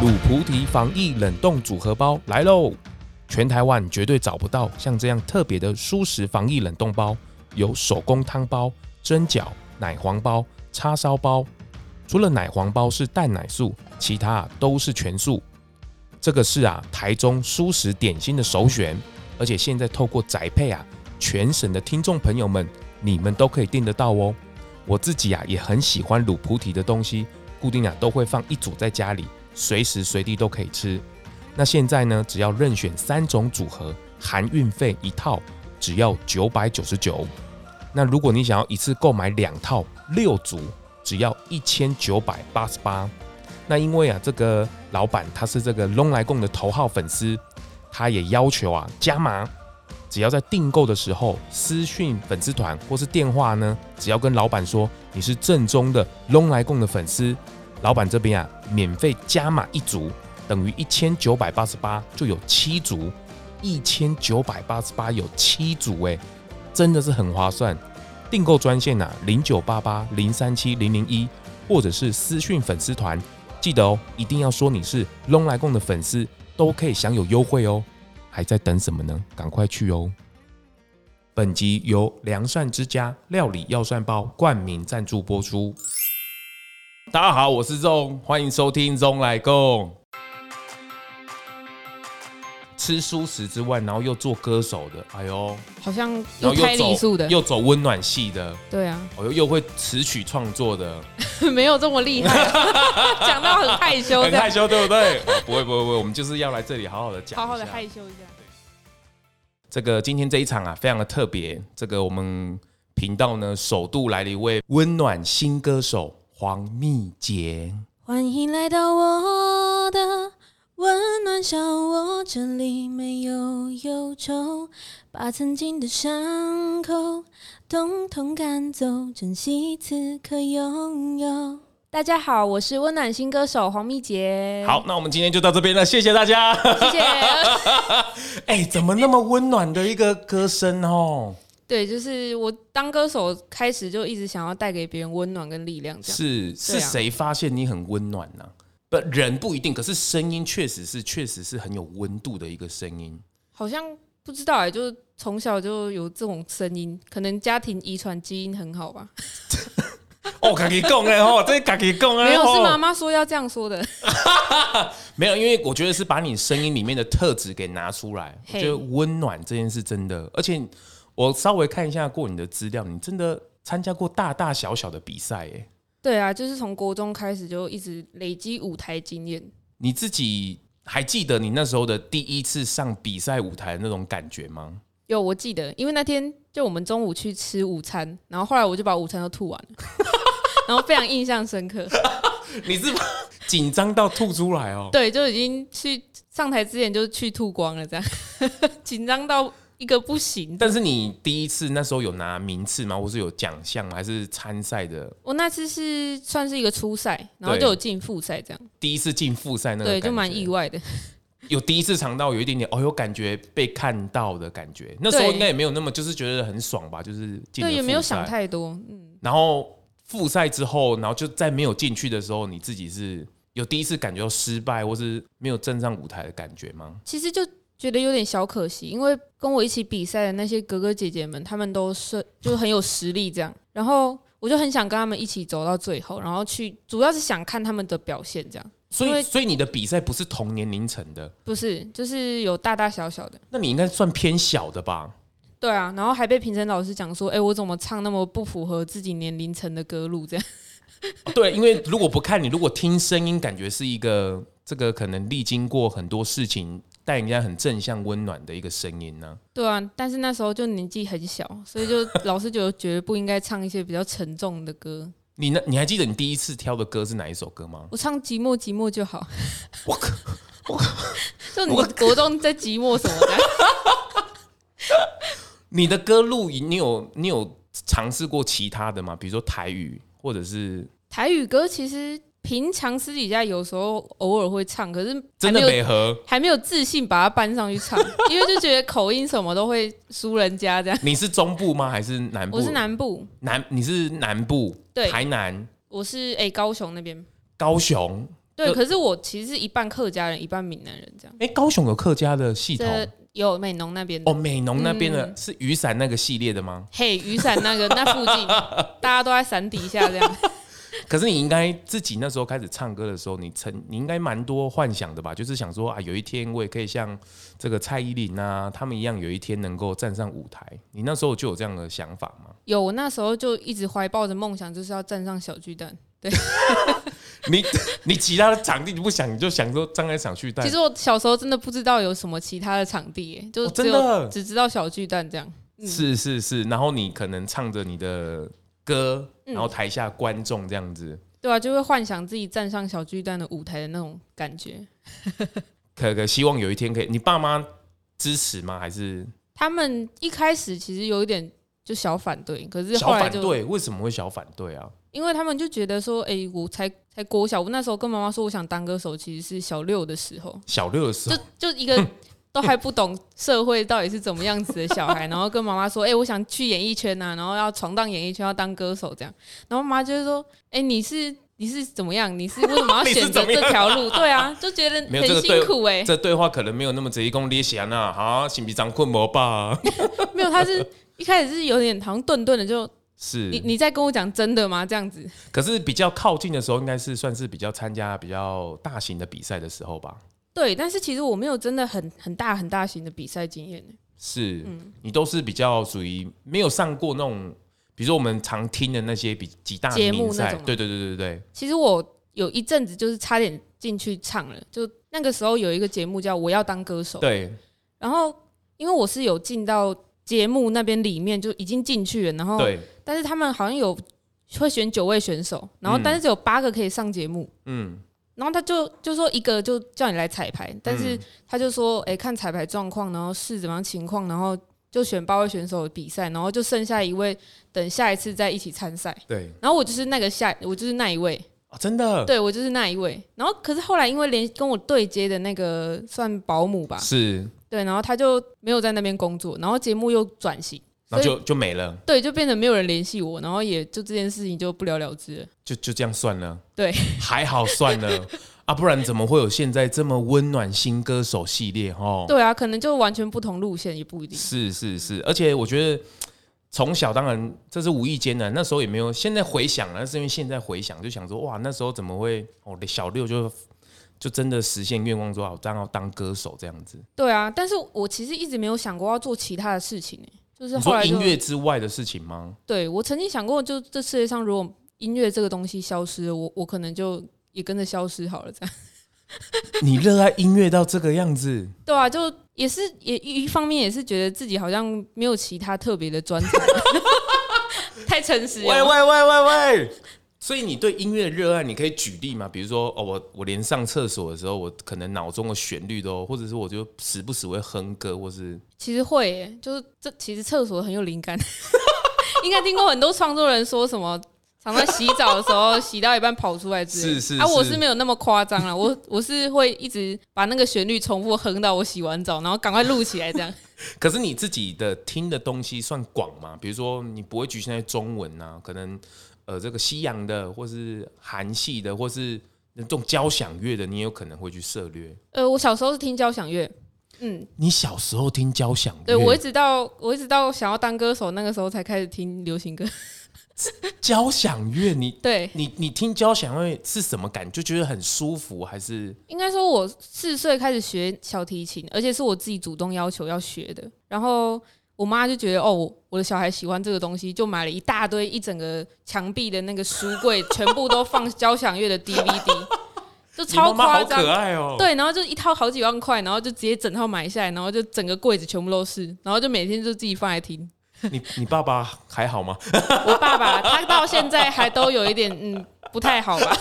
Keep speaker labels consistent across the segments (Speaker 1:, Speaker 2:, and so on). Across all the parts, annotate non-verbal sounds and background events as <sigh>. Speaker 1: 鲁菩提防疫冷冻组合包来喽！全台湾绝对找不到像这样特别的舒适防疫冷冻包，有手工汤包、蒸饺、奶黄包、叉烧包。除了奶黄包是蛋奶素，其他啊都是全素。这个是啊台中舒适点心的首选，而且现在透过宅配啊，全省的听众朋友们，你们都可以订得到哦。我自己啊也很喜欢卤菩提的东西，固定啊都会放一组在家里，随时随地都可以吃。那现在呢，只要任选三种组合，含运费一套只要九百九十九。那如果你想要一次购买两套六组，只要一千九百八十八。那因为啊，这个老板他是这个龙来贡的头号粉丝，他也要求啊加码，只要在订购的时候私讯粉丝团或是电话呢，只要跟老板说你是正宗的龙来贡的粉丝，老板这边啊免费加码一组，等于一千九百八十八就有七组，一千九百八十八有七组哎、真的是很划算。订购专线啊，零九八八零三七零零一，或者是私讯粉丝团，记得哦，一定要说你是龙来共的粉丝，都可以享有优惠哦。还在等什么呢？赶快去哦！本集由良善之家料理药膳包冠名赞助播出。大家好，我是钟，欢迎收听钟来共。吃素食之外，然后又做歌手的，哎呦，
Speaker 2: 好像
Speaker 1: 然
Speaker 2: 又
Speaker 1: 后
Speaker 2: 开
Speaker 1: 又
Speaker 2: 礼
Speaker 1: 走
Speaker 2: 数的，
Speaker 1: 又走温暖系的，
Speaker 2: 对啊， <laughs>
Speaker 1: 我又又会词曲创作的，
Speaker 2: 没有这么厉害，啊
Speaker 1: <laughs>
Speaker 2: 讲到很害羞
Speaker 1: 很
Speaker 2: 这样
Speaker 1: 害，羞，对不对？哦不会不会不会，我们就是要来这里好好的讲一下，
Speaker 2: 好好的害羞一下。
Speaker 1: 这个今天这一场啊，非常的特别。这个我们频道呢，首度来了一位温暖新歌手黄蜜杰。
Speaker 3: 欢迎来到我的温暖小窝，这里没有忧愁，把曾经的伤口统统赶走，珍惜此刻拥有。
Speaker 2: 大家好，我是温暖新歌手黄蜜杰。
Speaker 1: 好，，那我们今天就到这边了，谢谢大家。
Speaker 2: 谢谢。
Speaker 1: <laughs> 哎、怎么那么温暖的一个歌声哦？
Speaker 2: <laughs> 对，就是我当歌手开始就一直想要带给别人温暖跟力量，这样。
Speaker 1: 是是
Speaker 2: 对啊
Speaker 1: 谁发现你很温暖呢、不，人不一定，可是声音确实是，确实是很有温度的一个声音。
Speaker 2: 好像不知道哎、就是从小就有这种声音，可能家庭遗传基因很好吧？
Speaker 1: 哦， <laughs> 自己讲的吼，这自己讲的吼哦
Speaker 2: 没有，是妈妈说要这样说的。 <laughs>
Speaker 1: 没有，因为我觉得是把你声音里面的特质给拿出来。我
Speaker 2: 嘿
Speaker 1: 觉得温暖这件事真的，而且我稍微看一下过你的资料，你真的参加过大大小小的比赛耶。
Speaker 2: 对啊，就是从国中开始就一直累积舞台经验。
Speaker 1: 你自己还记得你那时候的第一次上比赛舞台的那种感觉吗？
Speaker 2: 有，我记得，因为那天就我们中午去吃午餐，然后后来我就把午餐都吐
Speaker 1: <laughs>
Speaker 2: 完了，然后非常印象深刻。
Speaker 1: 你是紧张到吐出来哦。
Speaker 2: 对，就已经去上台之前就去吐光了，这样 <laughs> 紧张到一个不行。
Speaker 1: 但是你第一次那时候有拿名次吗？或是有奖项吗？还是参赛的
Speaker 2: 我那次是算是一个初赛，然后
Speaker 1: 对
Speaker 2: 就有进复赛，这样
Speaker 1: 第一次进复赛那个？
Speaker 2: 对，就蛮意。外的。
Speaker 1: 有第一次尝到有一点点哦，有感觉被看到的感觉。那时候
Speaker 2: 对
Speaker 1: 应该也没有那么，就是觉得很爽吧，就是进了
Speaker 2: 对，也没有
Speaker 1: 复赛
Speaker 2: 想。太多，嗯，
Speaker 1: 然后复赛之后，然后就在没有进去的时候，你自己是有第一次感觉到失败，或是没有站上舞台的感觉吗？
Speaker 2: 其实就觉得有点小可惜，因为跟我一起比赛的那些哥哥姐姐们，他们都是就是很有实力这样，然后我就很想跟他们一起走到最后，然后去主要是想看他们的表现这样，
Speaker 1: 所
Speaker 2: 因
Speaker 1: 以，
Speaker 2: 为
Speaker 1: 所以你的比赛不是同年龄层的，
Speaker 2: 不是就是有大大小小的，
Speaker 1: 那你应该算偏小的吧？
Speaker 2: 对啊，然后还被评审老师讲说，哎、我怎么唱那么不符合自己年龄层的歌路这样？ <laughs>
Speaker 1: 哦对，因为如果不看你，如果听声音，感觉是一个这个可能历经过很多事情，带人家很正向温暖的一个声音呢、
Speaker 2: 对啊，但是那时候就年纪很小，所以就老师就觉得不应该唱一些比较沉重的歌，
Speaker 1: 你呢？你还记得你第一次挑的歌是哪一首歌吗？
Speaker 2: 我唱寂寞寂寞就好。
Speaker 1: 我靠！
Speaker 2: <laughs> 就你国中在寂寞什么的？
Speaker 1: 你的歌录，你有你有尝试过其他的吗？比如说台语，或者是
Speaker 2: 台语歌其实平常私底下有时候偶尔会唱，可是还
Speaker 1: 真的
Speaker 2: 没有
Speaker 1: 没合？
Speaker 2: 还没有自信把它搬上去唱， <laughs> 因为就觉得口音什么都会输人家这样。
Speaker 1: 你是中部吗？还是南部？
Speaker 2: 我是南部，
Speaker 1: 南，你是南部，
Speaker 2: 对
Speaker 1: 台南、
Speaker 2: 欸我是哎、诶高雄那边，
Speaker 1: 高雄。
Speaker 2: 对，
Speaker 1: 呃
Speaker 2: 可是我其实是一半客家人，一半闽南人这样。
Speaker 1: 哎，高雄有客家的系统
Speaker 2: 这有美浓那边的
Speaker 1: 哦，美浓那边的
Speaker 2: 嗯
Speaker 1: 是雨伞那个系列的吗？
Speaker 2: 嘿，雨伞那个那附
Speaker 1: <laughs>
Speaker 2: 近，大家都在伞底下这样。
Speaker 1: 可是你应该自己那时候开始唱歌的时候，你曾你应该蛮多幻想的吧？就是想说啊，有一天我也可以像这个蔡依林啊，他们一样，有一天能够站上舞台。你那时候就有这样的想法吗？
Speaker 2: 有，我那时候就一直怀抱着梦想，就是要站上小巨蛋。
Speaker 1: 你你其他的场地你不想，你就想说站在场去带
Speaker 2: 其。实我小时候真的不知道有什么其他的场地耶，就
Speaker 1: 哦
Speaker 2: 只
Speaker 1: 真
Speaker 2: 有、嗯
Speaker 1: 的
Speaker 2: 只知道小巨蛋这样。
Speaker 1: 是是是，然后你可能唱着你的歌，
Speaker 2: 嗯
Speaker 1: 然后台下观众这样子，
Speaker 2: 对啊，就会幻想自己站上小巨蛋的舞台的那种感觉。
Speaker 1: 可可希望有一天可以，你爸妈支持吗？还是
Speaker 2: 他们一开始其实有一点就小反对，可是
Speaker 1: 小
Speaker 2: 后来
Speaker 1: 反
Speaker 2: 就
Speaker 1: 对？为什么会小反对啊？
Speaker 2: 因为他们就觉得说，哎、我才才国小，我那时候跟妈妈说我想当歌手，其实是小六的时候，
Speaker 1: 小六的时
Speaker 2: 就
Speaker 1: 候，
Speaker 2: 就
Speaker 1: <laughs>
Speaker 2: 一个都还不懂社会到底是怎么样子的小孩，然后跟妈妈说，哎、我想去演艺圈呐、啊，然后要闯荡演艺圈，要当歌手这样，然后妈妈就会说，哎、你是你是怎么样？你是为
Speaker 1: <laughs>
Speaker 2: 什么要
Speaker 1: 你是
Speaker 2: 选择
Speaker 1: 怎么样
Speaker 2: 这条路？对啊，就觉得
Speaker 1: 没有这个
Speaker 2: 很辛苦哎、
Speaker 1: 这对话可能没有那么直接，讲你写那哈，行不长困魔
Speaker 2: <laughs>
Speaker 1: 吧？
Speaker 2: 没有，他是一开始是有点好像顿顿的就，你
Speaker 1: 是，
Speaker 2: 你在跟我讲真的吗？这样子，
Speaker 1: 可是比较靠近的时候，应该是算是比较参加比较大型的比赛的时候吧？
Speaker 2: 对，但是其实我没有真的很很大很大型的比赛经验、欸
Speaker 1: 是、你都是比较属于没有上过那种，比如说我们常听的那些比几大
Speaker 2: 节
Speaker 1: 名
Speaker 2: 目那
Speaker 1: 赛
Speaker 2: 种，吗
Speaker 1: 对对对对对，
Speaker 2: 其实我有一阵子就是差点进去唱了，就那个时候有一个节目叫《我要当歌手》，
Speaker 1: 对，
Speaker 2: 然后因为我是有进到节目那边里面就已经进去了，然后
Speaker 1: 对，
Speaker 2: 但是他们好像有会选九位选手，然后
Speaker 1: 嗯
Speaker 2: 但是只有八个可以上节目。
Speaker 1: 嗯，
Speaker 2: 然后他就就说一个就叫你来彩排，但
Speaker 1: 嗯
Speaker 2: 是他就说，哎、看彩排状况，然后是怎么样情况，然后就选八位选手比赛，然后就剩下一位等下一次再一起参赛。
Speaker 1: 对，
Speaker 2: 然后我就是那个下，我就是那一位，
Speaker 1: 哦，真的，
Speaker 2: 对我就是那一位。然后可是后来因为连跟我对接的那个算保姆吧，
Speaker 1: 是，
Speaker 2: 对，然后他就没有在那边工作，然后节目又转型，
Speaker 1: 然后
Speaker 2: 所以
Speaker 1: 就就没了，
Speaker 2: 对，就变成没有人联系我，然后也就这件事情就不了了之了。
Speaker 1: 就就这样算了，
Speaker 2: 对，
Speaker 1: 还好算了啊，不然怎么会有现在这么温暖新歌手系列哦？
Speaker 2: 对啊，可能就完全不同路线也不一定。
Speaker 1: 是是是，而且我觉得。从小当然，这是无意间的，那时候也没有。现在回想啊了，那是因为现在回想就想说，哇，那时候怎么会？哦，小六就就真的实现愿望说，好，当要当歌手这样子。
Speaker 2: 对啊，但是我其实一直没有想过要做其他的事情、欸，就是
Speaker 1: 你
Speaker 2: 后
Speaker 1: 说
Speaker 2: 来
Speaker 1: 音
Speaker 2: 就
Speaker 1: 乐之外的事情吗？
Speaker 2: 对我曾经想过，就这世界上如果音乐这个东西消失了，我我可能就也跟着消失好了，这样。 <laughs>
Speaker 1: 你热爱音乐到这个样子，
Speaker 2: 对啊，就也是也一方面也是觉得自己好像没有其他特别的专长， <laughs> 太诚实
Speaker 1: 喂
Speaker 2: 了。
Speaker 1: 喂喂喂喂！所以你对音乐热爱，你可以举例吗？比如说，哦，我我连上厕所的时候，我可能脑中的旋律都，或者是我就时不时会哼歌，或是
Speaker 2: 其实会耶、就是这其实厕所很有灵感， <laughs> 应该听过很多创作人说什么。常在洗澡的时候，洗到一半跑出来之类的。
Speaker 1: 是是
Speaker 2: 啊，我
Speaker 1: 是
Speaker 2: 是没有那么夸张啦，我 <laughs> 我是会一直把那个旋律重复哼到我洗完澡，然后赶快录起来这样。
Speaker 1: 可是你自己的听的东西算广吗？比如说，你不会局限在中文啊，可能呃，这个西洋的，或是韩系的，或是那种交响乐的，你也有可能会去涉略。
Speaker 2: <laughs> 呃，我小时候是听交响乐，嗯，
Speaker 1: 你小时候听交响乐，
Speaker 2: 对我一直到我一直到想要当歌手那个时候才开始听流行歌。
Speaker 1: 交响乐，你
Speaker 2: 对，
Speaker 1: 你你听交响乐是什么感觉？就觉得很舒服，还是
Speaker 2: 应该说，我四岁开始学小提琴，而且是我自己主动要求要学的。然后我妈就觉得，哦，我我的小孩喜欢这个东西，就买了一大堆，一整个墙壁的那个书柜全部都
Speaker 1: <laughs>
Speaker 2: 放交响乐的 DVD，就
Speaker 1: 你妈
Speaker 2: 超
Speaker 1: 妈
Speaker 2: 夸
Speaker 1: 好可
Speaker 2: 张。
Speaker 1: 爱哦、，
Speaker 2: 对，然后就一套好几万块，然后就直接整套买下来，然后就整个柜子全部都是，然后就每天就自己放来听。
Speaker 1: 你你爸爸还好吗？
Speaker 2: 我爸爸他到现在还都有一点嗯不太好吧？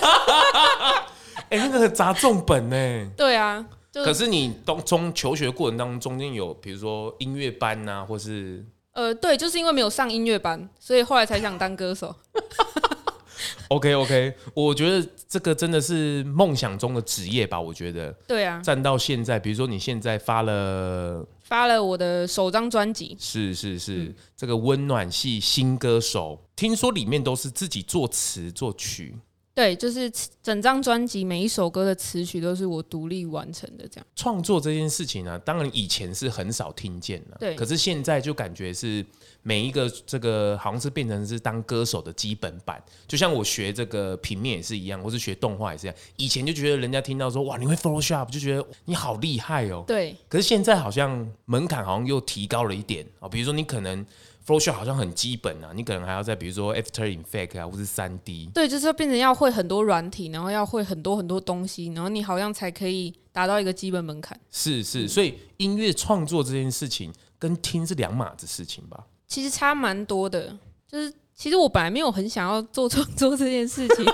Speaker 1: 哎、那个砸重本呢、
Speaker 2: 对啊，就
Speaker 1: 可是你当中求学过程当中，中间有比如说音乐班呐、或是
Speaker 2: 呃对，就是因为没有上音乐班，所以后来才想当歌手。
Speaker 1: OK OK，我觉得这个真的是梦想中的职业吧。我觉得
Speaker 2: 对啊，
Speaker 1: 站到现在，比如说你现在发了，
Speaker 2: 发了我的首张专辑，
Speaker 1: 是是是，这个温暖系新歌手，听说里面都是自己作词作曲，
Speaker 2: 对，就是整张专辑每一首歌的词曲都是我独立完成的，这样。
Speaker 1: 创作这件事情呢、啊当然以前是很少听见的，
Speaker 2: 对
Speaker 1: 可是现在就感觉是每一个这个好像是变成是当歌手的基本版，就像我学这个平面也是一样，或是学动画也是一样。以前就觉得人家听到说哇你会 Photoshop 就觉得你好厉害哦，
Speaker 2: 对
Speaker 1: 可是现在好像门槛好像又提高了一点啊、哦，比如说你可能 Photoshop 好像很基本啊，你可能还要在比如说 After Effect 啊，或是三 D。
Speaker 2: 对，就是变成要会很多软体，然后要会很多很多东西，然后你好像才可以达到一个基本门槛。
Speaker 1: 是
Speaker 2: 嗯
Speaker 1: 是，所以音乐创作这件事情跟听是两码子事情吧？
Speaker 2: 其实差蛮多的，就是其实我本来没有很想要做创作这件事
Speaker 1: <laughs>
Speaker 2: 情，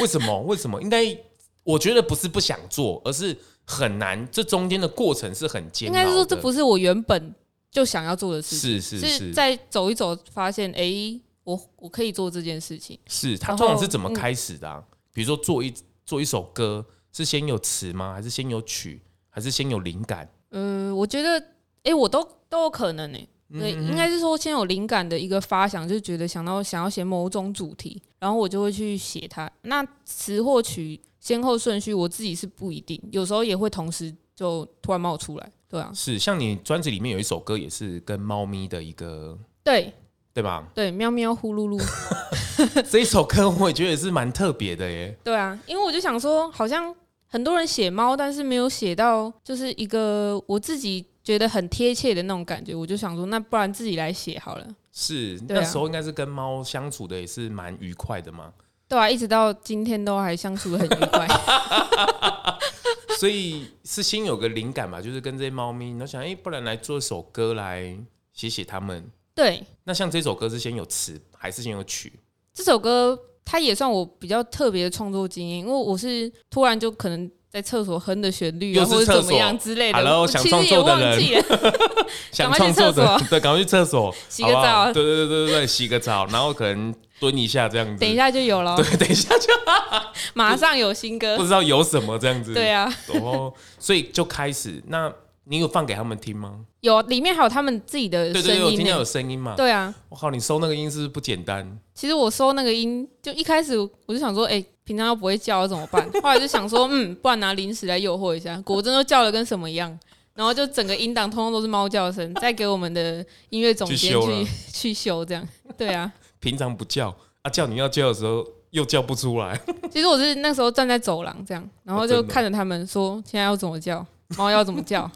Speaker 1: 为什
Speaker 2: <laughs>
Speaker 1: 么？为什么？应该我觉得不是不想做，而是很难。这中间的过程是很煎
Speaker 2: 应
Speaker 1: 熬的。
Speaker 2: 该是说这不是我原本就想要做的事
Speaker 1: 是
Speaker 2: 情，
Speaker 1: 是
Speaker 2: 是
Speaker 1: 是
Speaker 2: 在走一走发现，哎、我我可以做这件事情。
Speaker 1: 是，他
Speaker 2: 然
Speaker 1: 通常
Speaker 2: 后
Speaker 1: 是怎么
Speaker 2: 嗯
Speaker 1: 开始的、啊？比如说做一做一首歌，是先有词吗？还是先有曲？还是先有灵感？
Speaker 2: 嗯，我觉得，哎、我都都有可能呢、欸对，应该是说先有灵感的一个发想，就觉得想到想要写某种主题，然后我就会去写它。那词或曲先后顺序，我自己是不一定，有时候也会同时就突然冒出来。对啊，
Speaker 1: 是，像你专辑里面有一首歌也是跟猫咪的一个，
Speaker 2: 对？
Speaker 1: 对吧
Speaker 2: 对，喵喵呼噜噜，
Speaker 1: 这一首歌我也觉得也是蛮特别的耶。
Speaker 2: 对啊，因为我就想说，好像很多人写猫，但是没有写到就是一个我自己觉得很贴切的那种感觉，我就想说，那不然自己来写好了。
Speaker 1: 是，
Speaker 2: 对啊
Speaker 1: 那时候应该是跟猫相处的也是蛮愉快的嘛。
Speaker 2: 对啊，一直到今天都还相处的很愉快。
Speaker 1: 所以是先有个灵感吧，就是跟这些猫咪，然后想，哎、不然来做一首歌来写写它们。
Speaker 2: 对，
Speaker 1: 那像这首歌是先有词还是先有曲？
Speaker 2: 这首歌它也算我比较特别的创作经验，因为我是突然就可能在厕所哼的旋律啊，
Speaker 1: 又是
Speaker 2: 或者
Speaker 1: 厕所
Speaker 2: 怎么样之类的，
Speaker 1: Hello，
Speaker 2: 我
Speaker 1: 想
Speaker 2: 其实
Speaker 1: 创
Speaker 2: 也
Speaker 1: 作的
Speaker 2: 忘
Speaker 1: 人
Speaker 2: 记了。
Speaker 1: 想
Speaker 2: 赶快去
Speaker 1: 创作的
Speaker 2: 厕，
Speaker 1: 对，赶快去厕所，
Speaker 2: <laughs> 洗个
Speaker 1: 好不好
Speaker 2: 澡
Speaker 1: 对对对对对，洗个澡，然后可能蹲一下这样子。
Speaker 2: 等一，下就有了，
Speaker 1: <laughs> 对，等一下就
Speaker 2: 马上有新歌
Speaker 1: 不。知道有什么这样子。
Speaker 2: 对啊，
Speaker 1: 哦，所以就开始。那你有放给他们听吗？
Speaker 2: 有里面还有他们自己的
Speaker 1: 对
Speaker 2: 声
Speaker 1: 对对，我
Speaker 2: 音
Speaker 1: 听到有
Speaker 2: 呢。
Speaker 1: 声音嘛。
Speaker 2: 对啊，
Speaker 1: 我靠，你收那个音是不是不简单？
Speaker 2: 其实我收那个音，就一开始我就想说，哎、平常又不会叫怎么
Speaker 1: <laughs>
Speaker 2: 办？后来就想说，嗯，不然拿零食来诱惑一下，果真都叫的跟什么一样。然后就整个音档通通都是猫叫声，再给我们的音乐总监
Speaker 1: 去
Speaker 2: 去
Speaker 1: 修了
Speaker 2: <laughs> 去修，这样对啊。
Speaker 1: 平常不叫啊，叫你要叫的时候又叫不出来。 <laughs>
Speaker 2: 其实我是那时候站在走廊这样，然后
Speaker 1: 哦
Speaker 2: 就
Speaker 1: 真的
Speaker 2: 看着他们说现在要怎么叫，猫要怎
Speaker 1: <laughs>
Speaker 2: 么叫，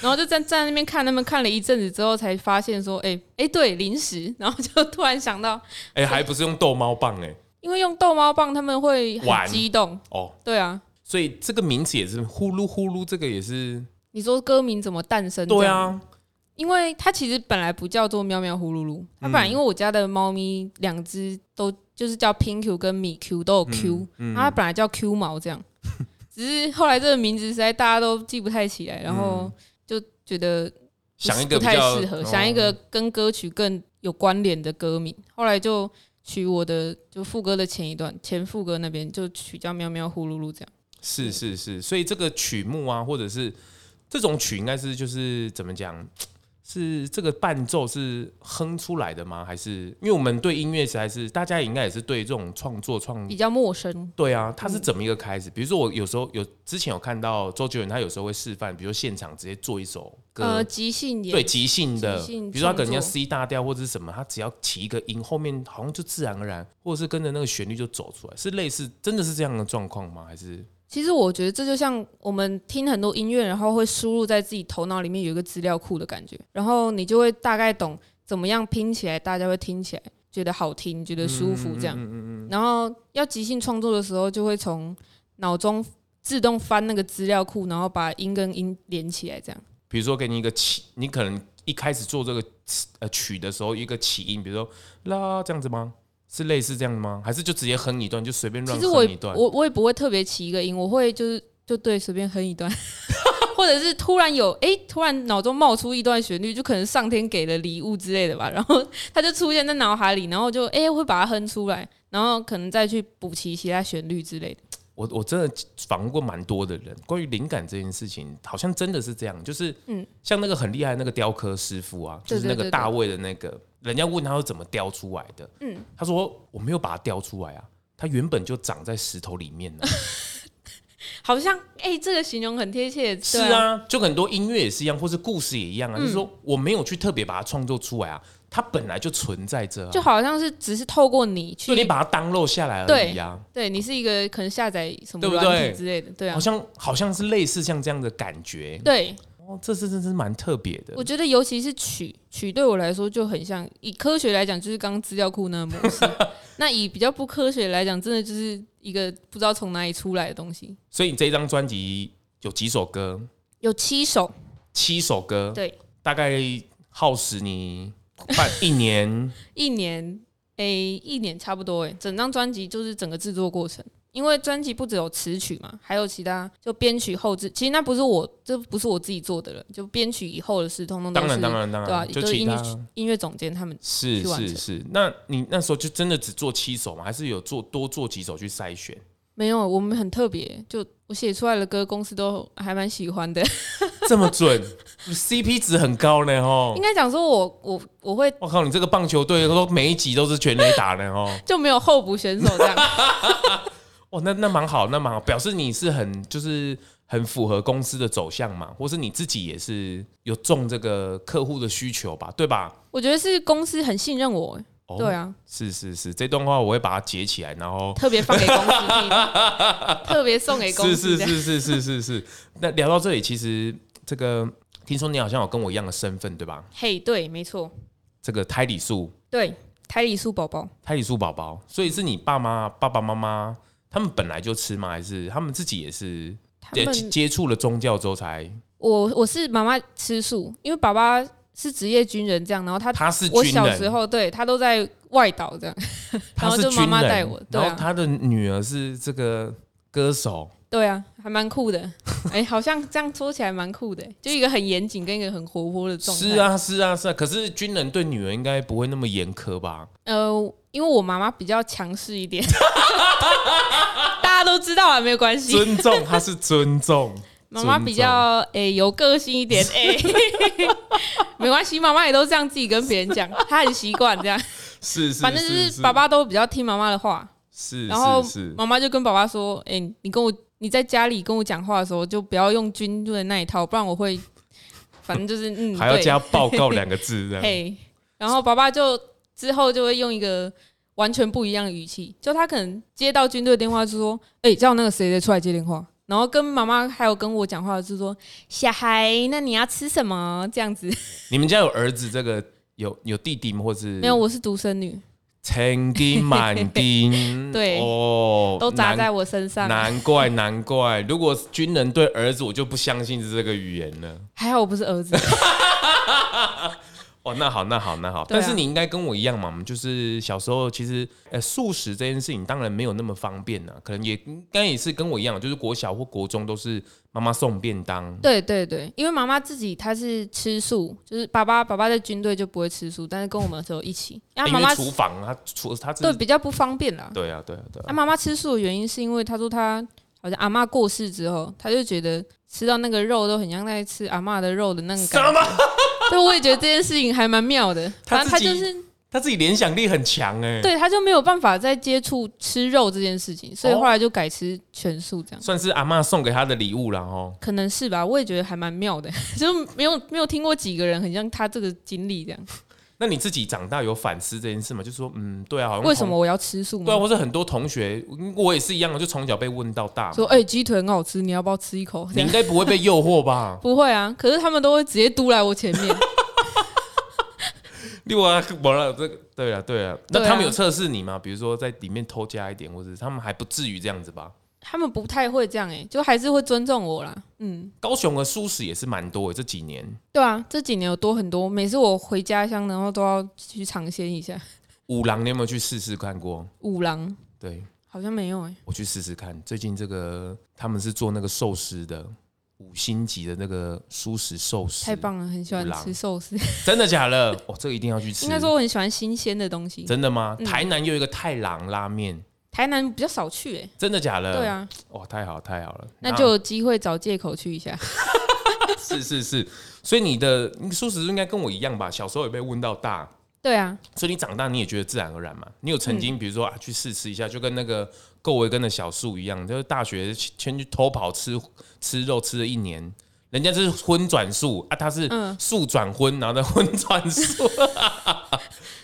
Speaker 2: 然后就站站在那边看他们看了一阵子之后，才发现说，哎、哎、对，零食，然后就突然想到，
Speaker 1: 哎、还不是用逗猫棒哎、
Speaker 2: 因为用逗猫棒他们会
Speaker 1: 玩
Speaker 2: 很激动，
Speaker 1: 哦，
Speaker 2: 对啊。
Speaker 1: 所以这个名字也是呼噜呼噜，这个也是
Speaker 2: 你说歌名怎么诞生？
Speaker 1: 对，啊，
Speaker 2: 因为它其实本来不叫做喵喵呼噜
Speaker 1: 嗯
Speaker 2: 噜，它本来因为我家的猫咪两只都就是叫 Pink Q 跟米 Q 都有
Speaker 1: 嗯
Speaker 2: Q，、然后它本来叫 Q 毛这样，只是后来这个名字实在大家都记不太起来，然后就觉得不
Speaker 1: 嗯想一个
Speaker 2: 不
Speaker 1: 比
Speaker 2: 太
Speaker 1: 较
Speaker 2: 适合，想一个
Speaker 1: 哦
Speaker 2: 跟歌曲更有关联的歌名，后来就取我的就副歌的前一段，前副歌那边就取叫喵喵呼噜噜这样。
Speaker 1: 是是是，所以这个曲目啊，或者是这种曲，应该是就是怎么讲，是这个伴奏是哼出来的吗？还是因为我们对音乐实在是大家应该也是对这种创作创
Speaker 2: 比较陌生，
Speaker 1: 对啊，它是怎么一个开始？比如说我有时候有之前有看到周杰伦，他有时候会示范，比如说现场直接做一首歌，
Speaker 2: 呃，即兴演
Speaker 1: 对即兴的，
Speaker 2: 即兴
Speaker 1: 比如说他可能要
Speaker 2: 创作
Speaker 1: C 大调或者是什么，他只要起一个音，后面好像就自然而然，或者是跟着那个旋律就走出来，是类似真的是这样的状况吗？还是
Speaker 2: 其实我觉得这就像我们听很多音乐，然后会输入在自己头脑里面有一个资料库的感觉，然后你就会大概懂怎么样拼起来，大家会听起来觉得好听，觉得舒服
Speaker 1: 嗯
Speaker 2: 这样。然后要即兴创作的时候，就会从脑中自动翻那个资料库，然后把音跟音连起来这样。
Speaker 1: 比如说给你一个起，你可能一开始做这个词呃曲的时候一个起音，比如说啦这样子吗？是类似这样的吗？还是就直接哼一段，就随便乱
Speaker 2: 其实我
Speaker 1: 哼
Speaker 2: 也
Speaker 1: 一段？
Speaker 2: 我我也不会特别起一个音，我会就是就对随便哼一段， <laughs> 或者是突然有哎、突然脑中冒出一段旋律，就可能上天给了礼物之类的吧，然 <laughs> 后它就出现在脑海里，然后就哎、会把它哼出来，然后可能再去补齐其他旋律之类的。
Speaker 1: 我我真的访问过蛮多的人，关于灵感这件事情，好像真的是这样，就是嗯
Speaker 2: 嗯，
Speaker 1: 像那个很厉害的那个雕刻师傅啊，就
Speaker 2: 对
Speaker 1: 是那
Speaker 2: 对
Speaker 1: 个
Speaker 2: 对
Speaker 1: 大
Speaker 2: 对
Speaker 1: 卫的那个，人家问他是怎么雕出来的，嗯
Speaker 2: 嗯，
Speaker 1: 他说我没有把它雕出来啊，它原本就长在石头里面呢、啊
Speaker 2: 好像哎、这个形容很贴切，对嗯
Speaker 1: 是，啊，就很多音乐也是一样，或是故事也一样啊，就是说我没有去特别把它创作出来啊，它本来就存在着、啊，
Speaker 2: 就好像是只是透过你去
Speaker 1: 就你把它当漏下来而已啊，
Speaker 2: 对你是一个可能下载什么
Speaker 1: 对不对
Speaker 2: 软体之类的，对啊
Speaker 1: 好，像好像是类似像这样的感觉，
Speaker 2: 对，
Speaker 1: 哦，这是真是蛮特别的
Speaker 2: 我。觉得尤其是曲曲对我来说就很像，以科学来讲就是刚刚资料库那个
Speaker 1: <laughs>
Speaker 2: 模式，那以比较不科学来讲，真的就是一个不知道从哪里出来的东西。
Speaker 1: 所以你这张专辑有几首歌？
Speaker 2: 有七首，
Speaker 1: 七首歌，
Speaker 2: 对，
Speaker 1: 大概耗时你半一
Speaker 2: <laughs>
Speaker 1: 年，
Speaker 2: 一年诶、一年差不多诶、整张专辑就是整个制作过程。因为专辑不只有词曲嘛，还有其他就编曲后置，其实那不是我，这不是我自己做的了，就编曲以后的事，通通都
Speaker 1: 当然
Speaker 2: 是
Speaker 1: 当然当
Speaker 2: 对啊，
Speaker 1: 然，就
Speaker 2: 就是
Speaker 1: 其
Speaker 2: 音
Speaker 1: 他。
Speaker 2: 乐音乐总监他们
Speaker 1: 是
Speaker 2: 去完
Speaker 1: 是
Speaker 2: 成
Speaker 1: 是，那你那时候就真的只做七首吗？还是有做多做几首去筛选？
Speaker 2: 没有，我们很特别，就我写出来的歌，公司都还蛮喜欢的。
Speaker 1: 这么准，CP 值很高呢哦
Speaker 2: 应。该讲说我我我会
Speaker 1: 我靠，你这个棒球队都每一集都是全垒打呢哦。
Speaker 2: 就没有候补选手这
Speaker 1: <laughs>
Speaker 2: 样，
Speaker 1: 哦，那那蛮好，那蛮好，表示你是很就是很符合公司的走向嘛，或是你自己也是有中这个客户的需求吧，对吧？
Speaker 2: 我觉得是公司很信任我，
Speaker 1: 哦
Speaker 2: 对，啊，
Speaker 1: 是是是，这段话我会把它截起来，然后
Speaker 2: 特别放给公司
Speaker 1: <laughs>
Speaker 2: 听，特别送给公
Speaker 1: 是
Speaker 2: 司
Speaker 1: 是
Speaker 2: 这样。
Speaker 1: 是是是是是。 <laughs> 那聊到这里，其实这个听说你好像有跟我一样的身份，对吧？
Speaker 2: 嘿，对，没错，
Speaker 1: 这个胎里素，
Speaker 2: 对，胎里素宝宝，
Speaker 1: 胎里素宝宝，所以是你爸妈爸爸妈妈他们本来就吃吗？还是他们自己也是
Speaker 2: 他
Speaker 1: 接
Speaker 2: 们
Speaker 1: 接触了宗教之后才？
Speaker 2: 我我是妈妈吃素，因为爸爸是职业军人这样，然后他
Speaker 1: 他是
Speaker 2: 我
Speaker 1: 军
Speaker 2: 小时
Speaker 1: 人，
Speaker 2: 候对他都在外岛这样， <laughs>
Speaker 1: 他是
Speaker 2: 然后就妈
Speaker 1: 军
Speaker 2: 妈带
Speaker 1: 人
Speaker 2: 我，对啊
Speaker 1: 然后他的女儿是这个歌手，
Speaker 2: 对啊，还蛮酷的。哎、好像这样说起来蛮酷的，就一个很严谨跟一个很活泼的状态。
Speaker 1: 是，啊是啊是啊。可是军人对女儿应该不会那么严苛吧？
Speaker 2: 呃，因为我妈妈比较强势一点， <laughs> 大家都知道啊，没有关系。
Speaker 1: 尊重，他是尊重。
Speaker 2: <laughs> 妈妈比较诶、有个性
Speaker 1: <laughs>
Speaker 2: 一点，诶、没关系，妈妈也都这样自己跟别人讲，她很习惯这样。
Speaker 1: 是是，
Speaker 2: 反正就是爸爸都比较听妈妈的话，
Speaker 1: 是，
Speaker 2: 然后
Speaker 1: 是是
Speaker 2: 妈妈就跟爸爸说：“哎、你跟我你在家里跟我讲话的时候，就不要用军队那一套，不然我会，反正就是嗯，
Speaker 1: 还要
Speaker 2: 对
Speaker 1: 加报告两个字，这样
Speaker 2: <laughs> 嘿，然后爸爸就之后就会用一个完全不一样的语气，就他可能接到军队电话就说：“哎、叫那个谁谁出来接电话。”然后跟妈妈还有跟我讲话就是说：“小孩，那你要吃什么？”这样子。
Speaker 1: 你们家有儿子这个有有弟弟吗？或是
Speaker 2: 没有，我是独生女，
Speaker 1: 千金满丁，
Speaker 2: <laughs> 对
Speaker 1: 哦，
Speaker 2: 都砸在
Speaker 1: 难。
Speaker 2: 我身上。
Speaker 1: 难怪，难怪！如果军人对儿子，我就不相信是这个语言了。
Speaker 2: 还好我不是
Speaker 1: <laughs>
Speaker 2: 儿子。
Speaker 1: 哦，那好，那好，那好。
Speaker 2: 对啊
Speaker 1: 但是你应该跟我一样嘛，我们就是小时候其实，呃，素食这件事情当然没有那么方便啦，可能也应该也是跟我一样，就是国小或国中都是妈妈送便当。
Speaker 2: 对对对，因为妈妈自己她是吃素，就是爸爸爸爸在军队就不会吃素，但是跟我们只有一起。然后
Speaker 1: 因
Speaker 2: 啊妈妈
Speaker 1: 为厨房，他厨他自
Speaker 2: 对
Speaker 1: 己
Speaker 2: 比较不方便啦。
Speaker 1: 对啊，对啊，对啊
Speaker 2: 啊，。妈妈吃素的原因是因为她说她好像阿嬷过世之后，她就觉得吃到那个肉都很像在吃阿嬷的肉的那种感
Speaker 1: <laughs> 什
Speaker 2: 觉。
Speaker 1: 么？
Speaker 2: 对，我也觉得这件事情还蛮妙的。
Speaker 1: 她
Speaker 2: 反正她
Speaker 1: 自己
Speaker 2: 就是
Speaker 1: 他自己联想力很强哎、，
Speaker 2: 对，她就没有办法再接触吃肉这件事情，所以
Speaker 1: 哦
Speaker 2: 后来就改吃全素这样。
Speaker 1: 算是阿嬷送给他的礼物了哦。
Speaker 2: 可能是吧，我也觉得还蛮妙的， <laughs> 就没有没有听过几个人很像她这个经历这样。
Speaker 1: 那你自己长大有反思这件事吗？就说嗯，对啊，好像
Speaker 2: 为什
Speaker 1: 同
Speaker 2: 么我要吃素吗？
Speaker 1: 对啊，或者很多同学，嗯我也是一样的，就从小被问到大嘛。
Speaker 2: 说哎、欸鸡腿很好吃，你要不要吃一口？ <laughs> 这
Speaker 1: 你
Speaker 2: 样？
Speaker 1: 应该不会被诱惑吧
Speaker 2: <laughs> 不会啊，可是他们都会直接嘟来我前面，
Speaker 1: 另外，完了这个，对啊，对啊。那
Speaker 2: 对啊
Speaker 1: 他们有测试你吗？比如说在里面偷加一点，或者他们还不至于这样子吧？
Speaker 2: 他们不太会这样哎、就还是会尊重我啦。嗯，
Speaker 1: 高雄的素食也是蛮多的，欸这几年
Speaker 2: 对啊，这几年有多很多，每次我回家乡，然后都要去尝鲜一下。
Speaker 1: 五郎，你有没有去试试看过？
Speaker 2: 五郎
Speaker 1: 对
Speaker 2: 好像没有哎、
Speaker 1: 我去试试看。最近这个他们是做那个寿司的，五星级的那个素食寿司，
Speaker 2: 太棒了，很喜
Speaker 1: 五
Speaker 2: 欢
Speaker 1: 郎
Speaker 2: 吃寿司。
Speaker 1: 真的假的？哦，这个一定要去吃。
Speaker 2: <laughs> 应该说我很喜欢新鲜的东西，
Speaker 1: 真的吗？
Speaker 2: 嗯
Speaker 1: 台南又有一个太郎拉面，
Speaker 2: 台南比较少去哎、
Speaker 1: 真的假的？
Speaker 2: 对，啊，
Speaker 1: 哇，太好太好了，
Speaker 2: 那就有机会找借口去一 <laughs> 下。
Speaker 1: 是是是，所以你的素食应该跟我一样吧？小时候也被问到大，
Speaker 2: 对啊，
Speaker 1: 所以你长大你也觉得自然而然嘛。你有曾
Speaker 2: 嗯
Speaker 1: 经比如说啊去试吃一下，就跟那个够维跟的小树一样，就是大学先去偷跑吃吃肉吃了一年。人家是荤转素啊，他是
Speaker 2: 嗯
Speaker 1: 素转荤，然后再荤转
Speaker 2: <laughs>
Speaker 1: 素，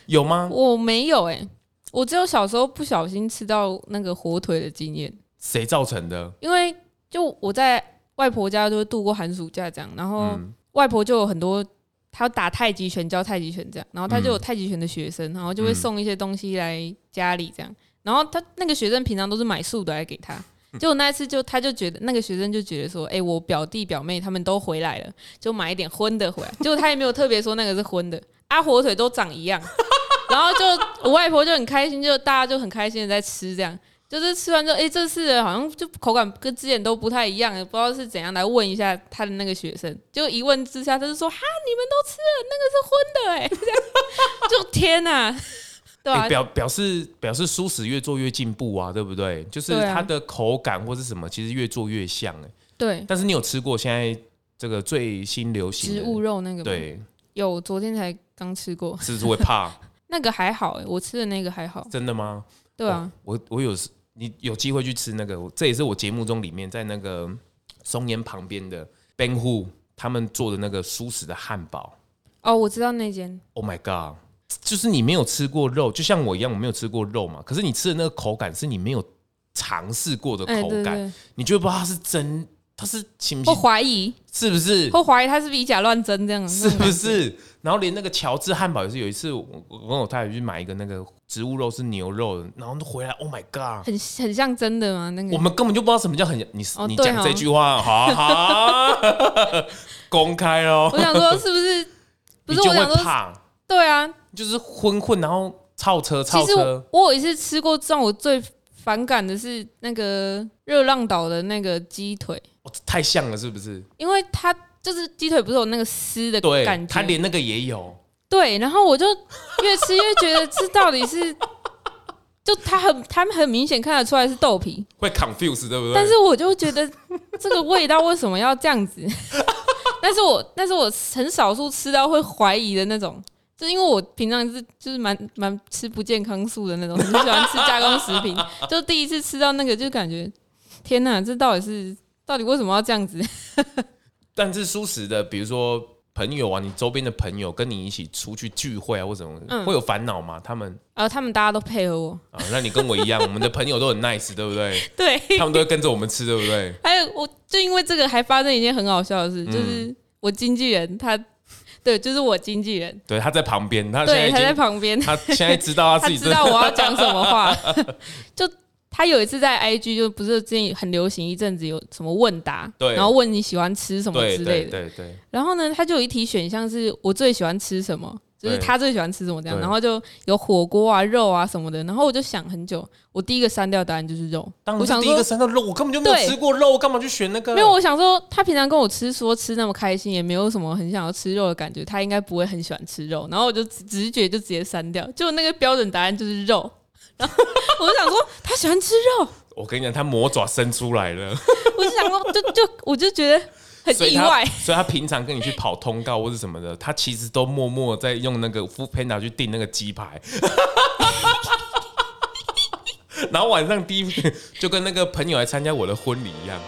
Speaker 1: 有吗？
Speaker 2: 我没有哎、我只有小时候不小心吃到那个火腿的经验，
Speaker 1: 谁造成的？
Speaker 2: 因为就我在外婆家就会度过寒暑假这样，然后
Speaker 1: 嗯
Speaker 2: 外婆就有很多，她打太极拳教太极拳这样，然后她就有太极拳的学生，然后就会
Speaker 1: 嗯
Speaker 2: 送一些东西来家里这样，然后她那个学生平常都是买素的来给她。结果那一次就，她就觉得那个学生就觉得说，哎、我表弟表妹他们都回来了，就买一点荤的回来。结果她也没有特别说那个是荤的，啊，火腿都长一样。 <laughs> 然后就我外婆就很开心，就大家就很开心的在吃这样。就是吃完之后，哎、这次好像就口感跟之前都不太一样，不知道是怎样。来问一下他的那个学生，就一问之下，他就说：“哈，你们都吃了，那个是荤的、欸，哎，这样就天哪、对
Speaker 1: 欸
Speaker 2: 啊，
Speaker 1: 表表示表示舒适越做越进步啊，对不对？就是
Speaker 2: 对啊
Speaker 1: 它的口感或是什么，其实越做越像哎、
Speaker 2: 对，
Speaker 1: 但是你有吃过现在这个最新流行
Speaker 2: 植
Speaker 1: 的
Speaker 2: 物肉那个吗，
Speaker 1: 对，
Speaker 2: 有昨天才刚吃过，
Speaker 1: 是不是会怕？
Speaker 2: 那个还好、欸，我吃的那个还好，
Speaker 1: 真的吗？
Speaker 2: 对啊，
Speaker 1: 哦我我有时你有机会去吃那个，我这也是我节目中里面在那个松烟旁边的 Ben Hu 他们做的那个舒适的汉堡。
Speaker 2: 哦，我知道那间，
Speaker 1: Oh my god！就是你没有吃过肉，就像我一样，我没有吃过肉嘛。可是你吃的那个口感是你没有尝试过的
Speaker 2: 哎、
Speaker 1: 口
Speaker 2: 对
Speaker 1: 感，
Speaker 2: 对
Speaker 1: 你就会不知道它是真，它是行不
Speaker 2: 对，会
Speaker 1: 行，
Speaker 2: 怀疑，
Speaker 1: 是不是？
Speaker 2: 会怀疑他是不是以假乱真这样，
Speaker 1: 是
Speaker 2: 那
Speaker 1: 不
Speaker 2: 种
Speaker 1: 是？然后连那个乔治汉堡也是，有一次我我跟我太太去买一个那个植物肉是牛肉的，然后回来，Oh my god！
Speaker 2: 很很像真的吗？那个
Speaker 1: 我们根本就不知道什么叫很，你、
Speaker 2: 嗯哦
Speaker 1: 你
Speaker 2: 对
Speaker 1: 讲
Speaker 2: 哦
Speaker 1: 这句
Speaker 2: <laughs>
Speaker 1: 话，好好公开喽
Speaker 2: 我，想说是不是？不
Speaker 1: 你
Speaker 2: 是
Speaker 1: 就
Speaker 2: 我
Speaker 1: 会
Speaker 2: 想说，
Speaker 1: 怕，
Speaker 2: 对啊，
Speaker 1: 就是昏混，然后超车 <laughs> 超
Speaker 2: 其实
Speaker 1: 车
Speaker 2: 我，我有一次吃过让我最反感的是那个热浪岛的那个鸡腿，
Speaker 1: 哦太像了，是不是？
Speaker 2: 因为它就是鸡腿不是有那个丝的
Speaker 1: 对，
Speaker 2: 感
Speaker 1: 他
Speaker 2: 觉，
Speaker 1: 连那个也有，
Speaker 2: 对，然后我就越吃越觉得这到底是，就它很他们很明显看得出来是豆皮，
Speaker 1: 会 confuse 对不对？
Speaker 2: 但是我就觉得这个味道为什么要这样子？ <laughs> 但是我但是我很少数吃到会怀疑的那种，就因为我平常是就是蛮蛮吃不健康素的那种，很不喜欢吃加工食品， <laughs> 就第一次吃到那个就感觉天哪，这到底是到底为什么要这样子？ <laughs>
Speaker 1: 但是舒适的，比如说朋友啊，你周边的朋友跟你一起出去聚会啊，或什么，
Speaker 2: 嗯
Speaker 1: 会有烦恼吗？他们
Speaker 2: 然后他们大家都配合我，
Speaker 1: 啊，那你跟我一样，我们的朋友都
Speaker 2: <laughs>
Speaker 1: 很 nice，对不对？
Speaker 2: 对，
Speaker 1: 他们都会跟着我们吃，对不对？
Speaker 2: 还有我就因为这个还发生一件很好笑的
Speaker 1: 嗯
Speaker 2: 事，就是我经纪人他。对，就是我经纪人，
Speaker 1: 对，他在旁边，他现在
Speaker 2: 对，
Speaker 1: 已
Speaker 2: 他在
Speaker 1: 经，
Speaker 2: 旁边，
Speaker 1: 他现在知道他
Speaker 2: <laughs> 他
Speaker 1: 自己
Speaker 2: 知
Speaker 1: 真
Speaker 2: 道
Speaker 1: 的
Speaker 2: 我要讲什
Speaker 1: <laughs>
Speaker 2: 么话。就他有一次在 IG 就不是之前很流行一阵子有什么问答，
Speaker 1: 对
Speaker 2: 然后问你喜欢吃什么
Speaker 1: 对
Speaker 2: 之
Speaker 1: 对
Speaker 2: 类的。
Speaker 1: 对对，
Speaker 2: 然后呢，他就有一题选项是我最喜欢吃什么，就是
Speaker 1: 对
Speaker 2: 他最喜欢吃什么这样。
Speaker 1: 对
Speaker 2: 然后就有火锅啊、肉啊什么的。然后我就想很久，我第一个删掉答案就是肉。
Speaker 1: 当
Speaker 2: 我
Speaker 1: 然
Speaker 2: 想
Speaker 1: 是第一
Speaker 2: 说
Speaker 1: 个。山到肉，我根本就没有
Speaker 2: 对
Speaker 1: 吃过肉，干嘛去选那个？
Speaker 2: 没有，我想说，他平常跟我吃说吃那么开心，也没有什么很想要吃肉的感觉，他应该不会很喜欢吃肉。然后我就直直觉就直接删掉，就那个标准答案就是 <laughs> 肉。然后我就想说，他喜欢吃肉，
Speaker 1: 我跟你讲，他魔爪伸出来了，
Speaker 2: 我就想说，就就我就觉得
Speaker 1: 所
Speaker 2: 很
Speaker 1: 以
Speaker 2: 意
Speaker 1: 他
Speaker 2: 外，
Speaker 1: 所以他平常跟你去跑通告或是什么的，他其实都默默在用那个 Food Panda 去订那个鸡排。 <laughs> 然后晚上第一就跟那个朋友来参加我的婚礼一样。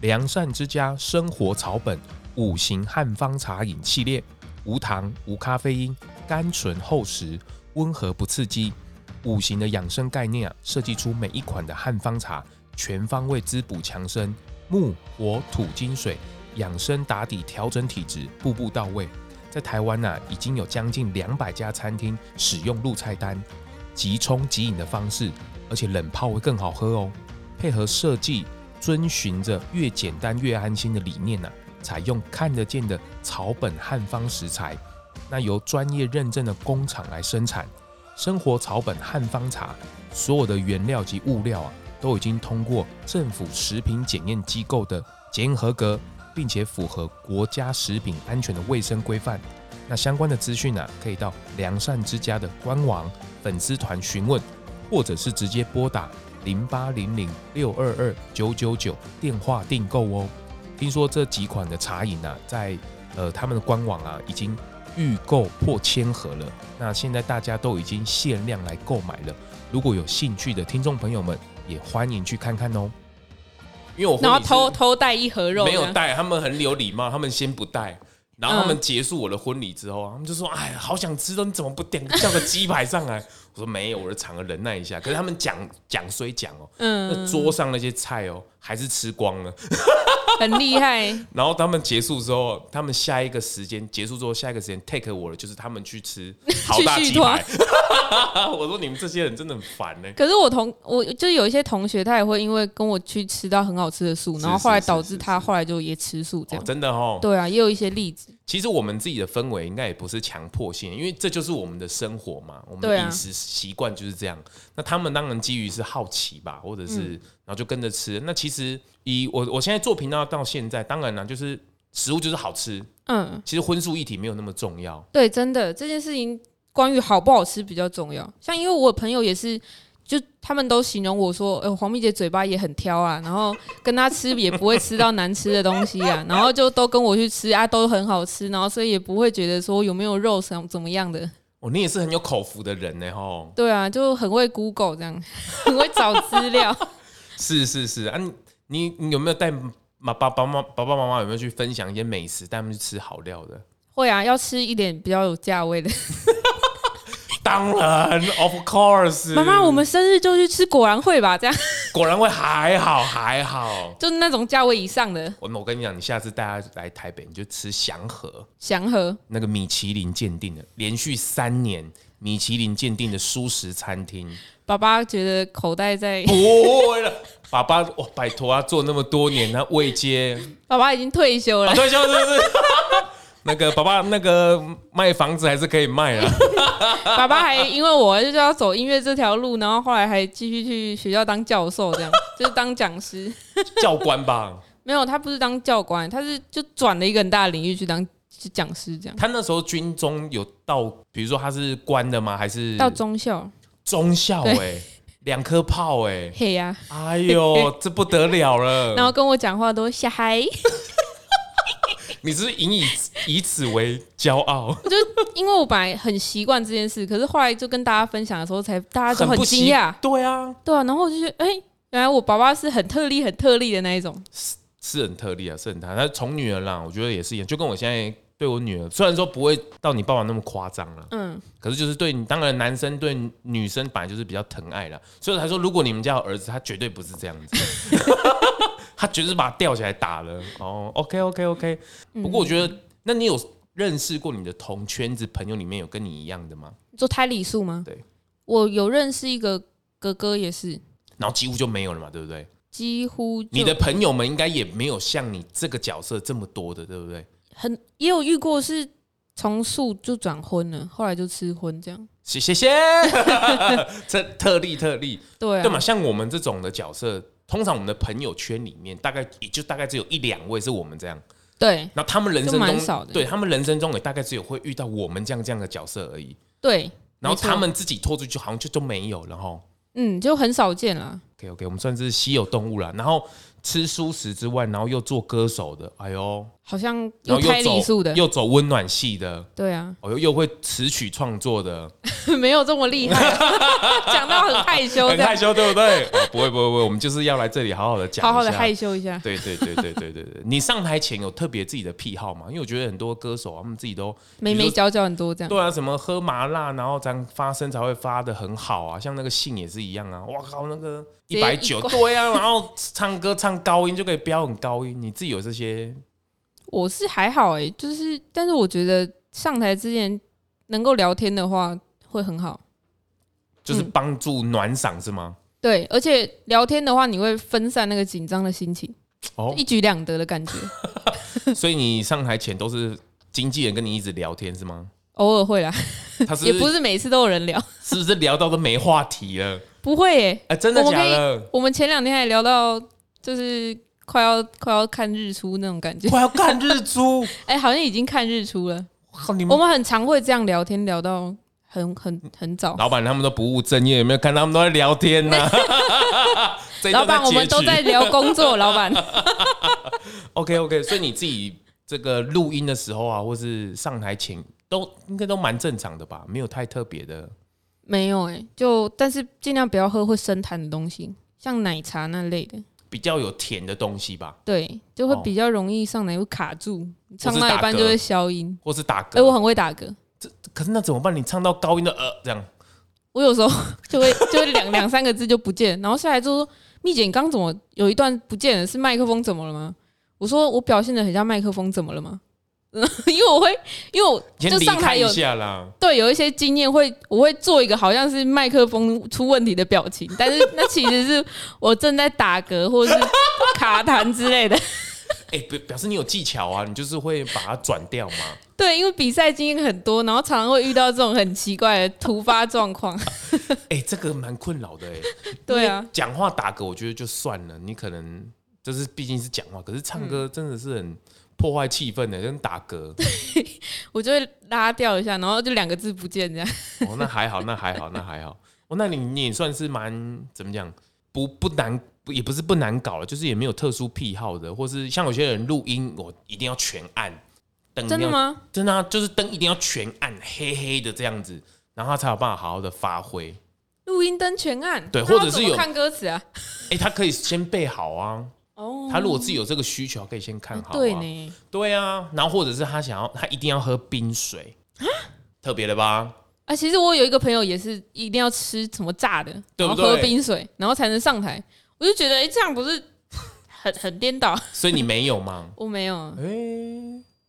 Speaker 1: 良善之家生活草本五行汉方茶饮系列，无糖、无咖啡因，甘醇厚实，温和不刺激。五行的养生概念啊，设计出每一款的汉方茶，全方位滋补强身，木、火、土、金、水，养生打底，调整体质，步步到位。在台湾呢、已经有将近两百家餐厅使用入菜单，即冲即饮的方式，而且冷泡会更好喝哦。配合设计，遵循着越简单越安心的理念呢、采用看得见的草本汉方食材，那由专业认证的工厂来生产。生活草本汉方茶，所有的原料及物料啊，都已经通过政府食品检验机构的检验合格，并且符合国家食品安全的卫生规范。那相关的资讯啊，可以到良善之家的官网、粉丝团询问，或者是直接拨打零八零零六二二九九九电话订购哦。听说这几款的茶饮啊，在呃，他们的官网啊已经预购破千盒了。那现在大家都已经限量来购买了，如果有兴趣的听众朋友们，也欢迎去看看哦。因为我婚礼
Speaker 2: 然后
Speaker 1: 是
Speaker 2: 偷偷带一盒肉，
Speaker 1: 没有，带，他们很有礼貌，他们先不带。然后
Speaker 2: 嗯
Speaker 1: 他们结束我的婚礼之后啊，他们就说：“哎，好想吃哦，你怎么不点叫个鸡排上来？”我说：“没有，我的场合忍耐一下。”可是他们讲讲虽讲哦，那
Speaker 2: 嗯，
Speaker 1: 桌上那些菜哦还是吃光了。
Speaker 2: 很厉害，
Speaker 1: 然后他们结束之后，他们下一个时间结束之后，下一个时间 take 我的就是他们去
Speaker 2: <laughs>
Speaker 1: 吃好大
Speaker 2: 去续
Speaker 1: 鸡排。 <laughs> 我说你们这些人真的很烦呢、
Speaker 2: 可是我同我就有一些同学，他也会因为跟我去吃到很好吃的素，
Speaker 1: 是
Speaker 2: 然后后来
Speaker 1: 是
Speaker 2: 导
Speaker 1: 是
Speaker 2: 致
Speaker 1: 是
Speaker 2: 他后来就也吃素
Speaker 1: 哦
Speaker 2: 这样。
Speaker 1: 真的哦。
Speaker 2: 对啊，也有一些例子。
Speaker 1: 其实我们自己的氛围应该也不是强迫性，因为这就是我们的生活嘛，我们的
Speaker 2: 对啊
Speaker 1: 饮食习惯就是这样。那他们当然基于是好奇吧，或者是、然
Speaker 2: 嗯
Speaker 1: 后就跟着吃。那其实以我我现在做频道到现在，当然啦，啊就是食物就是好吃，
Speaker 2: 嗯，
Speaker 1: 其实荤素一体没有那么重要。
Speaker 2: 对，真的这件事情关于好不好吃比较重要。像因为我朋友也是，就他们都形容我说，呃，黄蜜姐嘴巴也很挑啊，然后跟她吃也不会吃到难吃的东西啊，然后就都跟我去吃啊，都很好吃，然后所以也不会觉得说有没有肉什么怎么样的。
Speaker 1: 哦，你也是很有口福的人呢，吼。
Speaker 2: 对啊，就很会 Google 这样， <laughs> 很会找资料。
Speaker 1: 是是是啊，你你你有没有带妈爸爸妈爸爸妈妈有没有去分享一些美食，带他们去吃好料的？
Speaker 2: 会啊，要吃一点比较有价位的。
Speaker 1: 当然，of course。
Speaker 2: 妈妈，我们生日就去吃果然会吧，这样
Speaker 1: 果然会还好还好。
Speaker 2: 就是那种价位以上的
Speaker 1: 我我跟你讲，你下次带他来台北，你就吃祥和
Speaker 2: 祥和。
Speaker 1: 那个米其林鉴定的，连续三年米其林鉴定的素食餐厅。
Speaker 2: 爸爸觉得口袋在，
Speaker 1: 哦不会了，爸爸，我拜托他做那么多年，他未接，
Speaker 2: 爸爸已经退休
Speaker 1: 啊
Speaker 2: 了。
Speaker 1: 退休是不是？ <laughs> 那个爸爸，那个卖房子还是可以卖啊了。
Speaker 2: <laughs> 爸爸还因为我就是要走音乐这条路，然后后来还继续去学校当教授，这样就是当讲师。
Speaker 1: 教官吧，
Speaker 2: 没有，他不是当教官，他是就转了一个很大的领域去当去讲师，这样
Speaker 1: 他那时候军中有到，比如说他是官的吗？还是
Speaker 2: 到中校。
Speaker 1: 中校、欸？哎，两颗炮、欸，
Speaker 2: 嘿呀、
Speaker 1: 哎，哎呦，这不得了了。
Speaker 2: <laughs> 然后跟我讲话都小孩，
Speaker 1: 你是不是引以以此为骄
Speaker 2: <laughs>
Speaker 1: 傲，
Speaker 2: 因为我本来很习惯这件事，可是后来就跟大家分享的时候才，大家都
Speaker 1: 不习
Speaker 2: 惊讶。
Speaker 1: 对啊，
Speaker 2: 对啊，然后我就觉得，哎、原来我爸爸是很特例、很特例的那一种。
Speaker 1: 是很特例啊，是很他他宠女儿啦，我觉得也是一样，就跟我现在对我女儿，虽然说不会到你爸爸那么夸张啦，
Speaker 2: 嗯，
Speaker 1: 可是就是对你，当然男生对女生本来就是比较疼爱啦，所以他说如果你们家有儿子，他绝对不是这样子，
Speaker 2: <laughs>
Speaker 1: 他绝对是把他吊起来打了。哦，OK OK OK，不
Speaker 2: 嗯
Speaker 1: 过我觉得，那你有认识过你的同圈子朋友里面有跟你一样的吗？
Speaker 2: 你做胎里素吗？
Speaker 1: 对，
Speaker 2: 我有认识一个哥哥，也是
Speaker 1: 然后几乎就没有了嘛，对不对？
Speaker 2: 几乎就
Speaker 1: 你的朋友们应该也没有像你这个角色这么多的，对不对？
Speaker 2: 很也有遇过是从素就转荤了，后来就吃荤这样。
Speaker 1: 谢谢
Speaker 2: <laughs>
Speaker 1: 谢，这特例特例，
Speaker 2: 对啊，
Speaker 1: 对嘛？像我们这种的角色，通常我们的朋友圈里面，大概也就大概只有一两位是我们这样，
Speaker 2: 对
Speaker 1: 那他们人生
Speaker 2: 就蛮
Speaker 1: 中
Speaker 2: 少的
Speaker 1: 对他们人生中也大概只有会遇到我们这样这样的角色而已。
Speaker 2: 对，
Speaker 1: 然后
Speaker 2: 没错
Speaker 1: 他们自己拖出去，好像就都没有了哈。
Speaker 2: 嗯，就很少见啦。
Speaker 1: OK OK，我们算是稀有动物啦。然后吃素食之外，然后又做歌手的，哎呦，
Speaker 2: 好像
Speaker 1: 然
Speaker 2: 有
Speaker 1: 后
Speaker 2: 胎
Speaker 1: 又
Speaker 2: 里素
Speaker 1: 走
Speaker 2: 的，
Speaker 1: 又走温暖系的，
Speaker 2: 对啊， <laughs>
Speaker 1: 哦又又会词曲创作的，
Speaker 2: 没有这么厉害啊，
Speaker 1: <laughs>
Speaker 2: 讲到很害羞这
Speaker 1: 很害
Speaker 2: 样，
Speaker 1: 羞，对不对？哦不会不会不会，我们就是要来这里好好的讲，
Speaker 2: 好好的害
Speaker 1: 羞。
Speaker 2: 羞一下。
Speaker 1: 对对对对对对对，你上台前有特别自己的癖好吗？因为我觉得很多歌手啊他们自己都
Speaker 2: 眉眉角角很多这样，
Speaker 1: 对啊，什么喝麻辣，然后咱发声才会发的很好啊，像那个信也是一样啊，哇靠，那个
Speaker 2: 直接
Speaker 1: 一百九，
Speaker 2: 一
Speaker 1: 对啊，然后唱歌唱高音就可以飙很高音，你自己有这些
Speaker 2: 我是还好哎、就是但是我觉得上台之前能够聊天的话会很好，
Speaker 1: 就是
Speaker 2: 嗯
Speaker 1: 帮助暖嗓是吗？
Speaker 2: 对，而且聊天的话你会分散那个紧张的心情，
Speaker 1: 哦
Speaker 2: 一，举两得的感觉，
Speaker 1: 所以你上台前都是经纪人跟你一直聊天是吗？
Speaker 2: 偶尔会啦，
Speaker 1: 他是
Speaker 2: 也
Speaker 1: 不
Speaker 2: 不
Speaker 1: 是
Speaker 2: 是每次都有人聊，
Speaker 1: 是不是聊到都没话题了？
Speaker 2: 不会耶、
Speaker 1: 哎，真的
Speaker 2: 我们
Speaker 1: 假
Speaker 2: 可以 <laughs>
Speaker 1: 的？
Speaker 2: 我们前两天还聊到就是快要快要看日出那种感觉，
Speaker 1: 我要看日出，
Speaker 2: 哎、好像已经看日出了，
Speaker 1: 靠你
Speaker 2: 我
Speaker 1: 们！
Speaker 2: 们很常会这样聊天聊到很很很早，
Speaker 1: 老板他们都不务正业，有没有看他们都在聊天
Speaker 2: <laughs>
Speaker 1: 呢、 <laughs> 这一
Speaker 2: 老
Speaker 1: 段
Speaker 2: 板我
Speaker 1: 截
Speaker 2: 们都
Speaker 1: 取 <laughs>
Speaker 2: 在聊工作，老板。
Speaker 1: OK OK，所以你自己这个录音的时候啊，或是上台前，都应该都蛮正常的吧，没有太特别的。
Speaker 2: 没有哎、就但是尽量不要喝会生痰的东西，像奶茶那类的，
Speaker 1: 比较有甜的东西吧，
Speaker 2: 对，就会
Speaker 1: 哦
Speaker 2: 比较容易上来会卡住，你唱
Speaker 1: 是
Speaker 2: 到
Speaker 1: 打
Speaker 2: 一半
Speaker 1: 嗝
Speaker 2: 就会消音。
Speaker 1: 或是打
Speaker 2: 哎、我
Speaker 1: 嗝。
Speaker 2: 很会打嗝，
Speaker 1: 可是那怎么办？你唱到高音的呃，这样
Speaker 2: 我有时候 <laughs> 就会就会两两三个字就不见，然后下来就说：“蜜姐，你刚怎么有一段不见了？是麦克风怎么了吗？”我说：“我表现的很像麦克风怎么了吗？” <laughs> 因为我会，因为我
Speaker 1: 先
Speaker 2: 就
Speaker 1: 离
Speaker 2: 上
Speaker 1: 开
Speaker 2: 台
Speaker 1: 一
Speaker 2: 有
Speaker 1: 下啦。
Speaker 2: 对有一些经验会，我会做一个好像是麦克风出问题的表情，但是那其实是我正在打嗝或者是卡痰之类的。 <laughs>
Speaker 1: 哎、表表示你有技巧啊，你就是会把它转掉嘛。
Speaker 2: 对，因为比赛经验很多，然后常常会遇到这种很奇怪的突发状况。 <laughs>
Speaker 1: 哎、这个蛮困扰的哎、
Speaker 2: 对啊，
Speaker 1: 讲话打嗝，我觉得就算了，你可能就是毕竟是讲话，可是唱歌真的是很破坏气氛的，跟打嗝。
Speaker 2: 我就会拉掉一下，然后就两个字不见这样。
Speaker 1: 哦，那还好，那还好，那还好。哦，那你你也算是蛮怎么讲，不不难，不也不是不难搞了，就是也没有特殊癖好的，或是像有些人录音，我一定要全按灯，
Speaker 2: 真的？吗？
Speaker 1: 真的啊，就是灯一定要全按，黑黑的这样子，然后他才有办法好好的发挥。
Speaker 2: 录音灯全按，
Speaker 1: 对
Speaker 2: 那
Speaker 1: 或者
Speaker 2: 要怎
Speaker 1: 是
Speaker 2: 么
Speaker 1: 有
Speaker 2: 看歌词啊。
Speaker 1: 哎、他可以先备好啊，
Speaker 2: 哦
Speaker 1: 他如果自己有这个需求，可以先看好、啊。
Speaker 2: 哎对呢，
Speaker 1: 对啊，然后或者是他想要，他一定要喝冰水，特别的吧？
Speaker 2: 啊，其实我有一个朋友也是一定要吃什么炸的，
Speaker 1: 对不
Speaker 2: 然后喝
Speaker 1: 对
Speaker 2: 冰水，然后才能上台。我就觉得，哎、这样不是很很颠倒？？
Speaker 1: 所以你没有吗
Speaker 2: 我没有，
Speaker 1: 哎、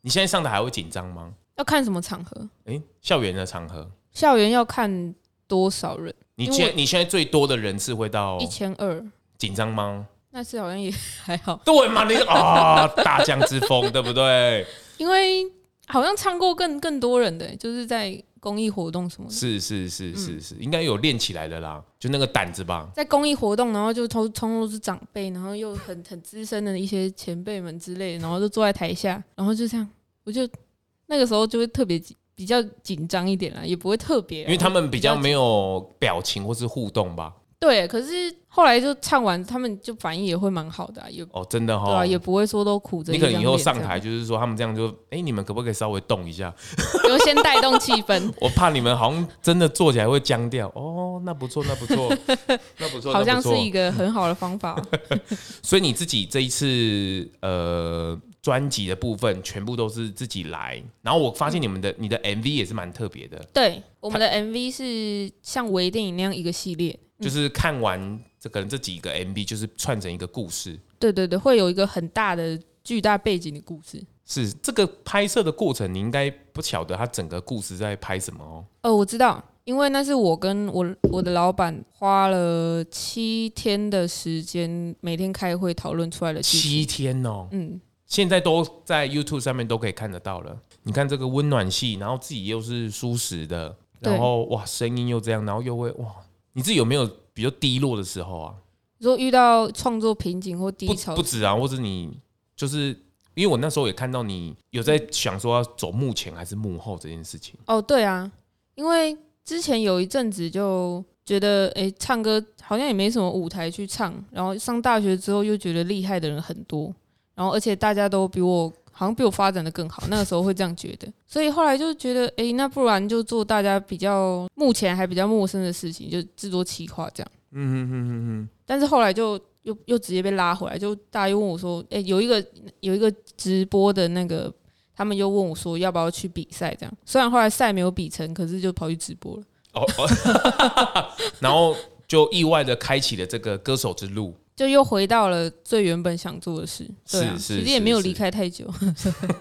Speaker 1: 你现在上台还会紧张吗？
Speaker 2: 要看什么场合，
Speaker 1: 哎、校园的场合，
Speaker 2: 校园要看多少人，
Speaker 1: 你
Speaker 2: 因为
Speaker 1: 现你现在最多的人次会到
Speaker 2: 一千二，
Speaker 1: 紧张吗？
Speaker 2: 那次好像也还好，
Speaker 1: 对嘛？你啊、大将之风，对不对？
Speaker 2: 因为好像唱过更更多人的、就是在公益活动什么的。
Speaker 1: 是是是是是，应该有练起来的啦，就那个胆子吧。
Speaker 2: 在公益活动，然后就通通都是长辈，然后又很很资深的一些前辈们之类的，然后就坐在台下，然后就这样，我就那个时候就会特别紧，比较紧张一点啦，也不会特别啊，
Speaker 1: 因为他们比较
Speaker 2: 紧
Speaker 1: 没有表情或是互动吧？
Speaker 2: 对。可是后来就唱完，他们就反应也会蛮好的啊、也
Speaker 1: 哦，真的哈、
Speaker 2: 对啊，也不会说都苦着一
Speaker 1: 你
Speaker 2: 张
Speaker 1: 可
Speaker 2: 脸
Speaker 1: 能
Speaker 2: 这样。
Speaker 1: 以后上
Speaker 2: <laughs>
Speaker 1: 台就是说，他们这样就，哎、你们可不可以稍微动一下？，
Speaker 2: 就先带动气氛
Speaker 1: 我怕你们好像真的做起来会僵掉哦。那不错，那不
Speaker 2: <laughs>
Speaker 1: 错，那不错，
Speaker 2: 好
Speaker 1: 那
Speaker 2: 像
Speaker 1: 不错
Speaker 2: 是一个很好的方法哦。
Speaker 1: 所以你自己这一次呃专辑的部分全部都是自己来，然后我发现你们
Speaker 2: 嗯
Speaker 1: 的、你的 MV 也是蛮特别的，
Speaker 2: 对，我们的 MV 是像微电影那样一个系列，
Speaker 1: 就是看完这个这几个 MV 就是串成一个故事。
Speaker 2: 对对对，会有一个很大的巨大背景的故事。
Speaker 1: 是这个拍摄的过程，你应该不晓得他整个故事在拍什么哦。
Speaker 2: 哦，我知道，因为那是我跟我我的老板花了七天的时间，每天开会讨论出来的剧情。
Speaker 1: 七天哦，
Speaker 2: 嗯，
Speaker 1: 现在都在 YouTube 上面都可以看得到了。你看这个温暖系，然后自己又是舒适的，
Speaker 2: 对
Speaker 1: 然后哇，声音又这样，然后又会哇，你自己有没有比较低落的时候啊？
Speaker 2: 如果遇到创作瓶颈或低
Speaker 1: 不
Speaker 2: 潮
Speaker 1: 不，止啊，或者你就是因为我那时候也看到你有在想说要走幕前还是幕后这件事情，
Speaker 2: 哦，对啊，因为之前有一阵子就觉得，诶，唱歌好像也没什么舞台去唱，然后上大学之后又觉得厉害的人很多，然后而且大家都比我好像比我发展的更好，那个时候会这样觉得，所以后来就觉得，诶，那不然就做大家比较目前还比较陌生的事情，就制作企划这样。
Speaker 1: 嗯哼哼哼哼，
Speaker 2: 但是后来就又又直接被拉回来，就大家又问我说，诶，有一个有一个直播的那个，他们又问我说要不要去比赛这样。虽然后来赛没有比成，可是就跑去直播了，
Speaker 1: 哦哦， <laughs> 然后就意外的开启了这个歌手之路。
Speaker 2: 就又回到了最原本想做的事。对啊，
Speaker 1: 是是
Speaker 2: 其实也没有
Speaker 1: 是是
Speaker 2: 离开太久，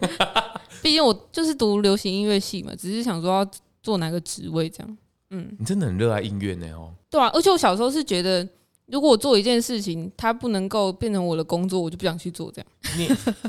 Speaker 2: <laughs> 毕竟我就是读流行音乐系嘛，只是想说要做哪个职位这样。嗯，
Speaker 1: 你真的很热爱音乐呢哦，
Speaker 2: 对啊，而且我小时候是觉得。如果我做一件事情，它不能够变成我的工作，我就不想去做这样。<laughs>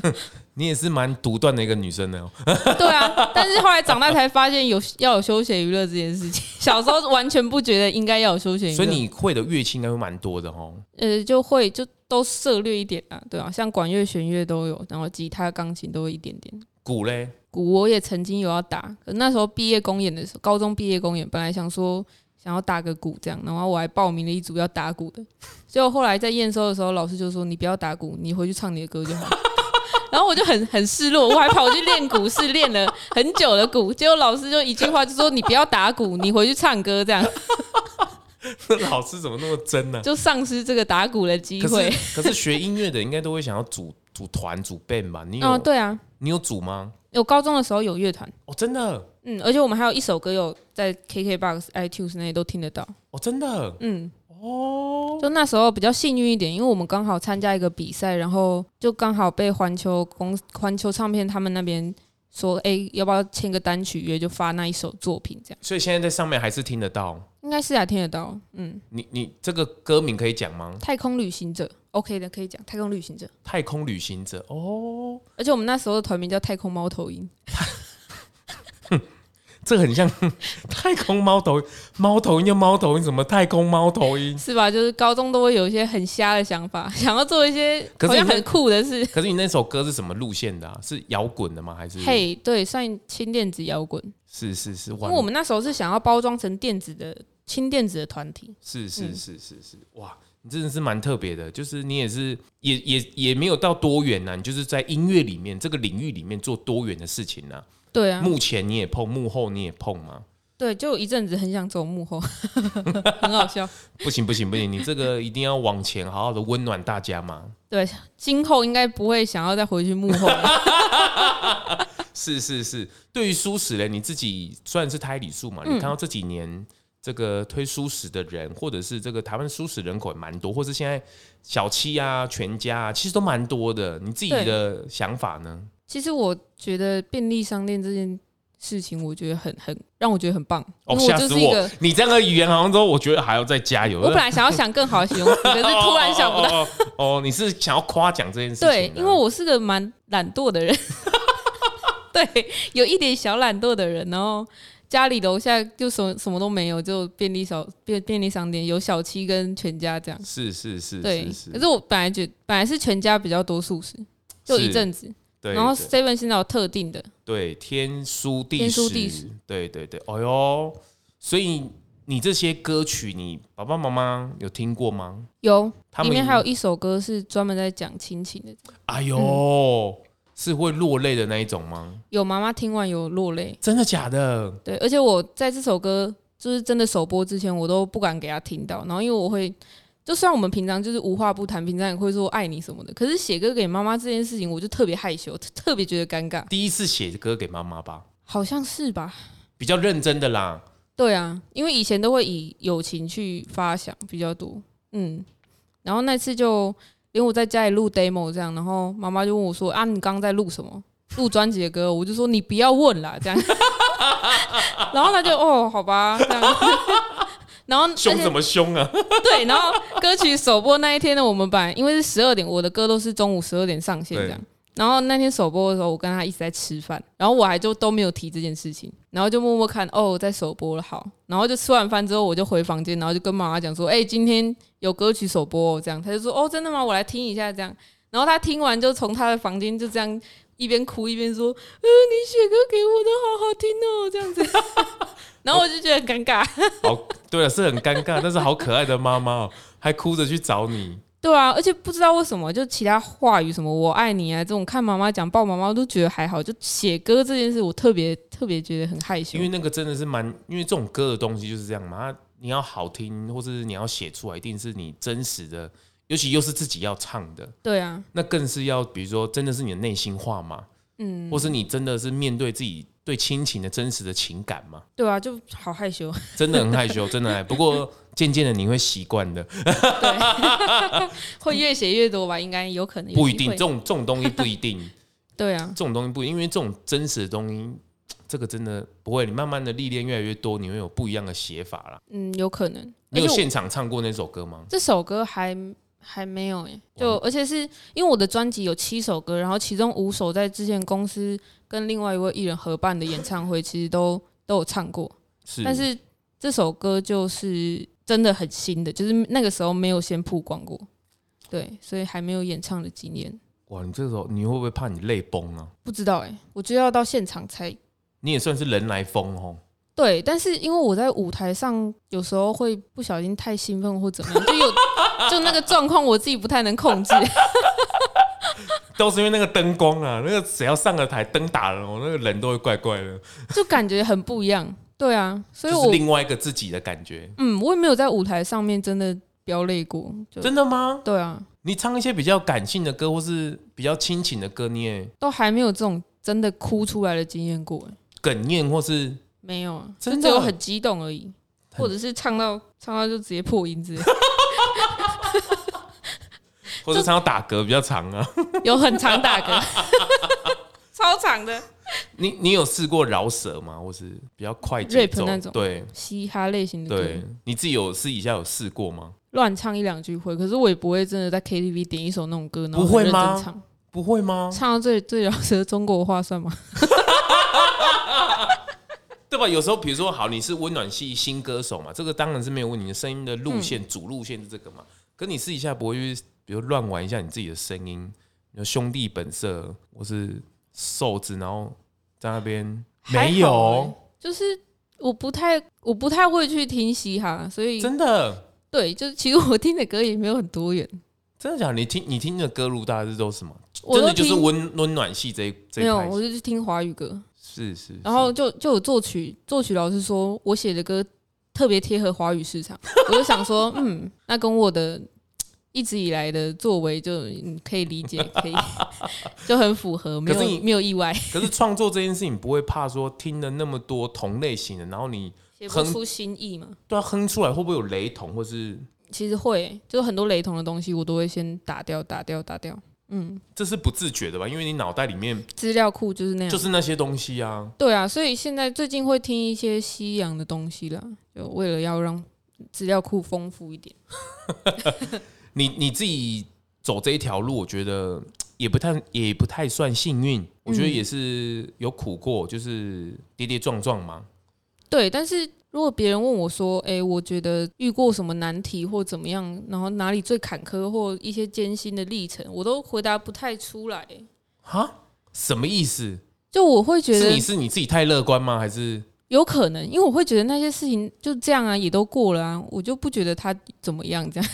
Speaker 1: 你 <laughs> 你也是蛮独断的一个女生呢哦。
Speaker 2: 对啊，但是后来长大才发现有要有休闲娱乐这件事情，小时候完全不觉得应该要有休闲娱乐，
Speaker 1: 所以你会的乐器应该会蛮多的哦。
Speaker 2: 呃就会就都涉略一点啊，对啊，像管乐、弦乐都有，然后吉他、钢琴都会一点点。
Speaker 1: 鼓嘞， <laughs>
Speaker 2: 鼓我也曾经有要打，可那时候毕业公演的时候，高中毕业公演本来想说想要打个鼓这样，然后我还报名了一组要打鼓的，结果后来在验收的时候，老师就说你不要打鼓，你回去唱你的歌就好了。 <laughs> 然后我就很很失落，我还跑去练鼓室，练了很久的鼓，结果老师就一句话就说你不要打鼓，你回去唱歌，这样
Speaker 1: 老师怎么那么真呢、
Speaker 2: 就丧失这个打鼓的机
Speaker 1: 可
Speaker 2: 会。
Speaker 1: 是可是学音乐的应该都会想要组组团组 band 吧？你有、
Speaker 2: 哦，对啊，
Speaker 1: 你有组吗？
Speaker 2: 我高中的时候有乐团，
Speaker 1: 哦，真的
Speaker 2: 嗯，而且我们还有一首歌有在 KKBOX、iTunes 那些都听得到，
Speaker 1: 哦，真的
Speaker 2: 嗯，
Speaker 1: 哦，
Speaker 2: 就那时候比较幸运一点，因为我们刚好参加一个比赛，然后就刚好被环球公环球唱片他们那边说，哎、要不要签个单曲约，就发那一首作品，这样
Speaker 1: 所以现在在上面还是听得到。
Speaker 2: 应该是还听得到，嗯，
Speaker 1: 你你这个歌名可以讲吗？
Speaker 2: 太空旅行者，OK 的，可以讲太空旅行者，
Speaker 1: 太空旅行者哦，
Speaker 2: 而且我们那时候的团名叫太空猫头鹰，
Speaker 1: 这很像 <laughs> 太空猫头鹰，猫头鹰就猫头鹰，什么太空猫头鹰？
Speaker 2: 是吧？就是高中都会有一些很瞎的想法，想要做一些
Speaker 1: 可是
Speaker 2: 好像
Speaker 1: 你那
Speaker 2: 很酷的事，
Speaker 1: 可是你那首歌是什么路线的、啊？是摇滚的吗？还是？
Speaker 2: 嘿，对，算轻电子摇滚。
Speaker 1: 是是是，
Speaker 2: 因
Speaker 1: 哇
Speaker 2: 为，我们那时候是想要包装成电子的轻电子的团体，
Speaker 1: 是是
Speaker 2: 嗯
Speaker 1: 是是是，哇，你真的是蛮特别的，就是你也是也也也没有到多远呐、你就是在音乐里面这个领域里面做多元的事情呐、<laughs>
Speaker 2: 对啊，
Speaker 1: 幕前你也碰，幕后你也碰吗？
Speaker 2: 对，就有一阵子很想走幕后， <laughs> 很好笑。
Speaker 1: 不行不行不行，你这 <laughs> 个一定要往前，好好的温暖大家嘛。
Speaker 2: 对，今后应该不会想要再回去幕后了。 <laughs>
Speaker 1: 是是是，嗯对于素食嘞，你自己虽然是胎里素嘛，你看到这几年这个推素食的人，或者是这个台湾素食人口也蛮多，或是现在小七啊、全家啊，其实都蛮多的。你自己
Speaker 2: 对
Speaker 1: 的想法呢？
Speaker 2: 其实我觉得便利商店这件事情，我觉得很很让我觉得很棒，
Speaker 1: 哦，
Speaker 2: 因为
Speaker 1: 吓
Speaker 2: 我就
Speaker 1: 死
Speaker 2: 是一
Speaker 1: 我
Speaker 2: 个。！
Speaker 1: 你这样的语言好像之后，我觉得还要再加油。
Speaker 2: 我本来想要想更好的形容词，可是突然想不到。
Speaker 1: 到。哦哦哦，哦你是想要夸奖这件事情啊？
Speaker 2: 对，因为我是个蛮懒惰的人， <laughs> 对，有一点小懒惰的人，然后家里楼下就什么什么都没有，就便利小便便利商店有小七跟全家这样。
Speaker 1: 是是是
Speaker 2: 对，
Speaker 1: 是是，
Speaker 2: 可是我本来觉本来是全家比较多素食，就一
Speaker 1: 是
Speaker 2: 阵子，
Speaker 1: 对，
Speaker 2: 然后
Speaker 1: 对
Speaker 2: Seven 现在有特定的，
Speaker 1: 对，天书地
Speaker 2: 天书
Speaker 1: 时
Speaker 2: 地时
Speaker 1: 对对对，哎呦，所以你这些歌曲，你爸爸妈妈有听过吗？
Speaker 2: 有
Speaker 1: 他
Speaker 2: 里
Speaker 1: 们
Speaker 2: 面还有，一首歌是专门在讲亲情的，
Speaker 1: 哎呦，
Speaker 2: 嗯
Speaker 1: 是会落泪的那一种吗？
Speaker 2: 有妈妈听完有落泪。
Speaker 1: 真的假的？
Speaker 2: 对，而且我在这首歌就是真的首播之前，我都不敢给他听到。然后因为我会，就虽然我们平常就是无话不谈，平常也会说爱你什么的，可是写歌给妈妈这件事情，我就特别害羞，特特别觉得尴尬。
Speaker 1: 第一次写歌给妈妈吧，
Speaker 2: 好像是吧？
Speaker 1: 比较认真的啦。
Speaker 2: 对啊，因为以前都会以友情去发想比较多，嗯。然后那次就因为我在家里录 demo 这样，然后妈妈就问我说：“啊，你刚刚在录什么？录专辑的歌？”我就说：“你不要问啦。”这样， <laughs> 然后他就哦，好吧，这样。 <laughs> 然后而且
Speaker 1: 凶什么凶啊？
Speaker 2: <laughs> 对，然后歌曲首播那一天呢，我们本来因为是十二点，我的歌都是中午十二点上线这样。然后那天首播的时候，我跟他一直在吃饭，然后我还就都没有提这件事情，然后就默默看哦，在首播了好，然后就吃完饭之后，我就回房间，然后就跟妈妈讲说，哎、今天有歌曲首播、哦，这样，他就说哦，真的吗？我来听一下这样。然后他听完就从他的房间就这样一边哭一边说，呃，你写歌给我都好好听哦，这样子。 <laughs> 然后我就觉得很尴尬。
Speaker 1: 好，对了，是很尴尬，但是好可爱的妈妈哦，还哭着去找你。
Speaker 2: 对啊，而且不知道为什么，就其他话语什么“我爱你”啊，这种看妈妈讲抱妈妈我都觉得还好，就写歌这件事，我特别特别觉得很害羞
Speaker 1: 因。为那个真的是蛮，因为这种歌的东西就是这样嘛，它你要好听，或者是你要写出来，一定是你真实的，尤其又是自己要唱的，
Speaker 2: 对啊，
Speaker 1: 那更是要，比如说真的是你的内心话嘛，
Speaker 2: 嗯，
Speaker 1: 或是你真的是面对自己对亲情的真实的情感嘛，
Speaker 2: 对啊，就好害羞。 <laughs>
Speaker 1: 真的很害羞，真的很害。不过渐渐的你会习惯的，
Speaker 2: 对， <laughs> 会越写越多吧？应该有可 <laughs> 能有
Speaker 1: 不一
Speaker 2: 机
Speaker 1: 定，
Speaker 2: 会
Speaker 1: 这种这种东西不一定。
Speaker 2: 对啊，
Speaker 1: 这种东西不，因为这种真实的东西，这个真的不会。你慢慢的历练越来越多，你会有不一样的写法啦。
Speaker 2: 嗯，有可能。
Speaker 1: 你
Speaker 2: 而
Speaker 1: 有
Speaker 2: 且我
Speaker 1: 现场唱过那首歌吗？
Speaker 2: 这首歌还还没有耶，就而且是因为我的专辑有七首歌，然后其中五首在之前公司跟另外一位艺人合办的演唱会，其实都都有唱过。
Speaker 1: 是，
Speaker 2: 但是这首歌就是真的很新的，就是那个时候没有先曝光过，对，所以还没有演唱的经验，
Speaker 1: 哇，你这时候你会不会怕你泪崩啊？
Speaker 2: 不知道哎、我觉得要到现场才
Speaker 1: 你也算是人来疯哦， <laughs>
Speaker 2: 对，但是因为我在舞台上有时候会不小心太兴 <laughs> 奋或怎么样，就有就那个状况我自己不太能控制，
Speaker 1: 都是因为那个灯光啊，那个只要上了台灯打了，哦我那个人都会怪怪的，
Speaker 2: <laughs> 就感觉很不一样。对啊，所以
Speaker 1: 就是
Speaker 2: 我
Speaker 1: 另外一个自己的感觉。
Speaker 2: 嗯，我也没有在舞台上面真的飙泪过，就
Speaker 1: 真的吗？
Speaker 2: 对啊，
Speaker 1: 你唱一些比较感性的歌，或是比较亲情的歌，你也
Speaker 2: 都还没有这种真的哭出来的经验过，欸
Speaker 1: 哽咽，或是
Speaker 2: 没有啊，
Speaker 1: 真的
Speaker 2: 就只有很激动而已，
Speaker 1: 很
Speaker 2: 或者是唱到唱到就直接破音之类， <laughs>
Speaker 1: 或是唱到打嗝比较长啊。
Speaker 2: 有很长打嗝， <laughs> 超长的
Speaker 1: 你你有试过饶舌吗？或是比较快节
Speaker 2: Rap
Speaker 1: 奏
Speaker 2: 那种
Speaker 1: 对
Speaker 2: 嘻哈类型的
Speaker 1: 对
Speaker 2: 歌，，
Speaker 1: 你自己有私底下有试过吗？
Speaker 2: 乱唱一两句会，可是我也不会真的在 KTV 点一首那种歌，然后
Speaker 1: 不会
Speaker 2: 很认
Speaker 1: 吗
Speaker 2: 真唱
Speaker 1: 不会吗？
Speaker 2: 唱到最最饶舌的中国话算吗？
Speaker 1: 对吧？有时候比如说，好，你是温暖系新歌手嘛，这个当然是没有问题，你的声音的
Speaker 2: 嗯
Speaker 1: 路线、主路线是这个嘛。可你私底下不会去，比如乱玩一下你自己的声音，比如兄弟本色或是瘦子，然后在那边
Speaker 2: 还好
Speaker 1: 没有
Speaker 2: 欸
Speaker 1: 哦，
Speaker 2: 就是我不太我不太会去听嘻哈，所以
Speaker 1: 真的
Speaker 2: 对，就是其实我听的歌也没有很多元，
Speaker 1: 真的假的？你听你听的歌路大概是都是什么？
Speaker 2: 我
Speaker 1: 真
Speaker 2: 都
Speaker 1: 的
Speaker 2: 听
Speaker 1: 就是温温暖系这一这
Speaker 2: 没
Speaker 1: 一
Speaker 2: 有，
Speaker 1: 派
Speaker 2: 我，就去听华语歌，
Speaker 1: 是是。
Speaker 2: 然后就就有作曲作曲老师说我写的歌特别贴合华语市场， <laughs> 我就想
Speaker 1: <laughs>
Speaker 2: 说，嗯，那跟我的一直以来的作为就嗯可以
Speaker 1: <laughs>
Speaker 2: 理解，可以 <laughs> 就很符合，没
Speaker 1: 可是你
Speaker 2: 有没有意外，
Speaker 1: 是可是创作这件事情，不会怕说听了那么多同类型的，然后你
Speaker 2: 写
Speaker 1: 不
Speaker 2: 不
Speaker 1: 哼
Speaker 2: 出新意嘛。
Speaker 1: 对啊哼出来会不会有雷同，或是
Speaker 2: 其实会、就很多雷同的东西，我都会先打掉、打掉、打掉。嗯，
Speaker 1: 这是不自觉的吧？因为你脑袋里面
Speaker 2: 资料库就是那样。
Speaker 1: 就是那些东西啊。
Speaker 2: 对啊，所以现在最近会听一些西洋的东西啦，就为了要让资料库丰富一点。
Speaker 1: 你你自己走这一条路，我觉得也不太也不太算幸运，我
Speaker 2: 嗯
Speaker 1: 觉得也是有苦过，就是跌跌撞撞嘛。
Speaker 2: 对，但是如果别人问我说：“诶，我觉得遇过什么难题或怎么样，然后哪里最坎坷或一些艰辛的历程”，我都回答不太出来。
Speaker 1: 哈，什么意思？
Speaker 2: 就我会觉
Speaker 1: 是你
Speaker 2: 得
Speaker 1: 是你自己太乐观吗？还是
Speaker 2: 有可能，因为我会觉得那些事情就这样啊，也都过了啊，我就不觉得他怎么样这样。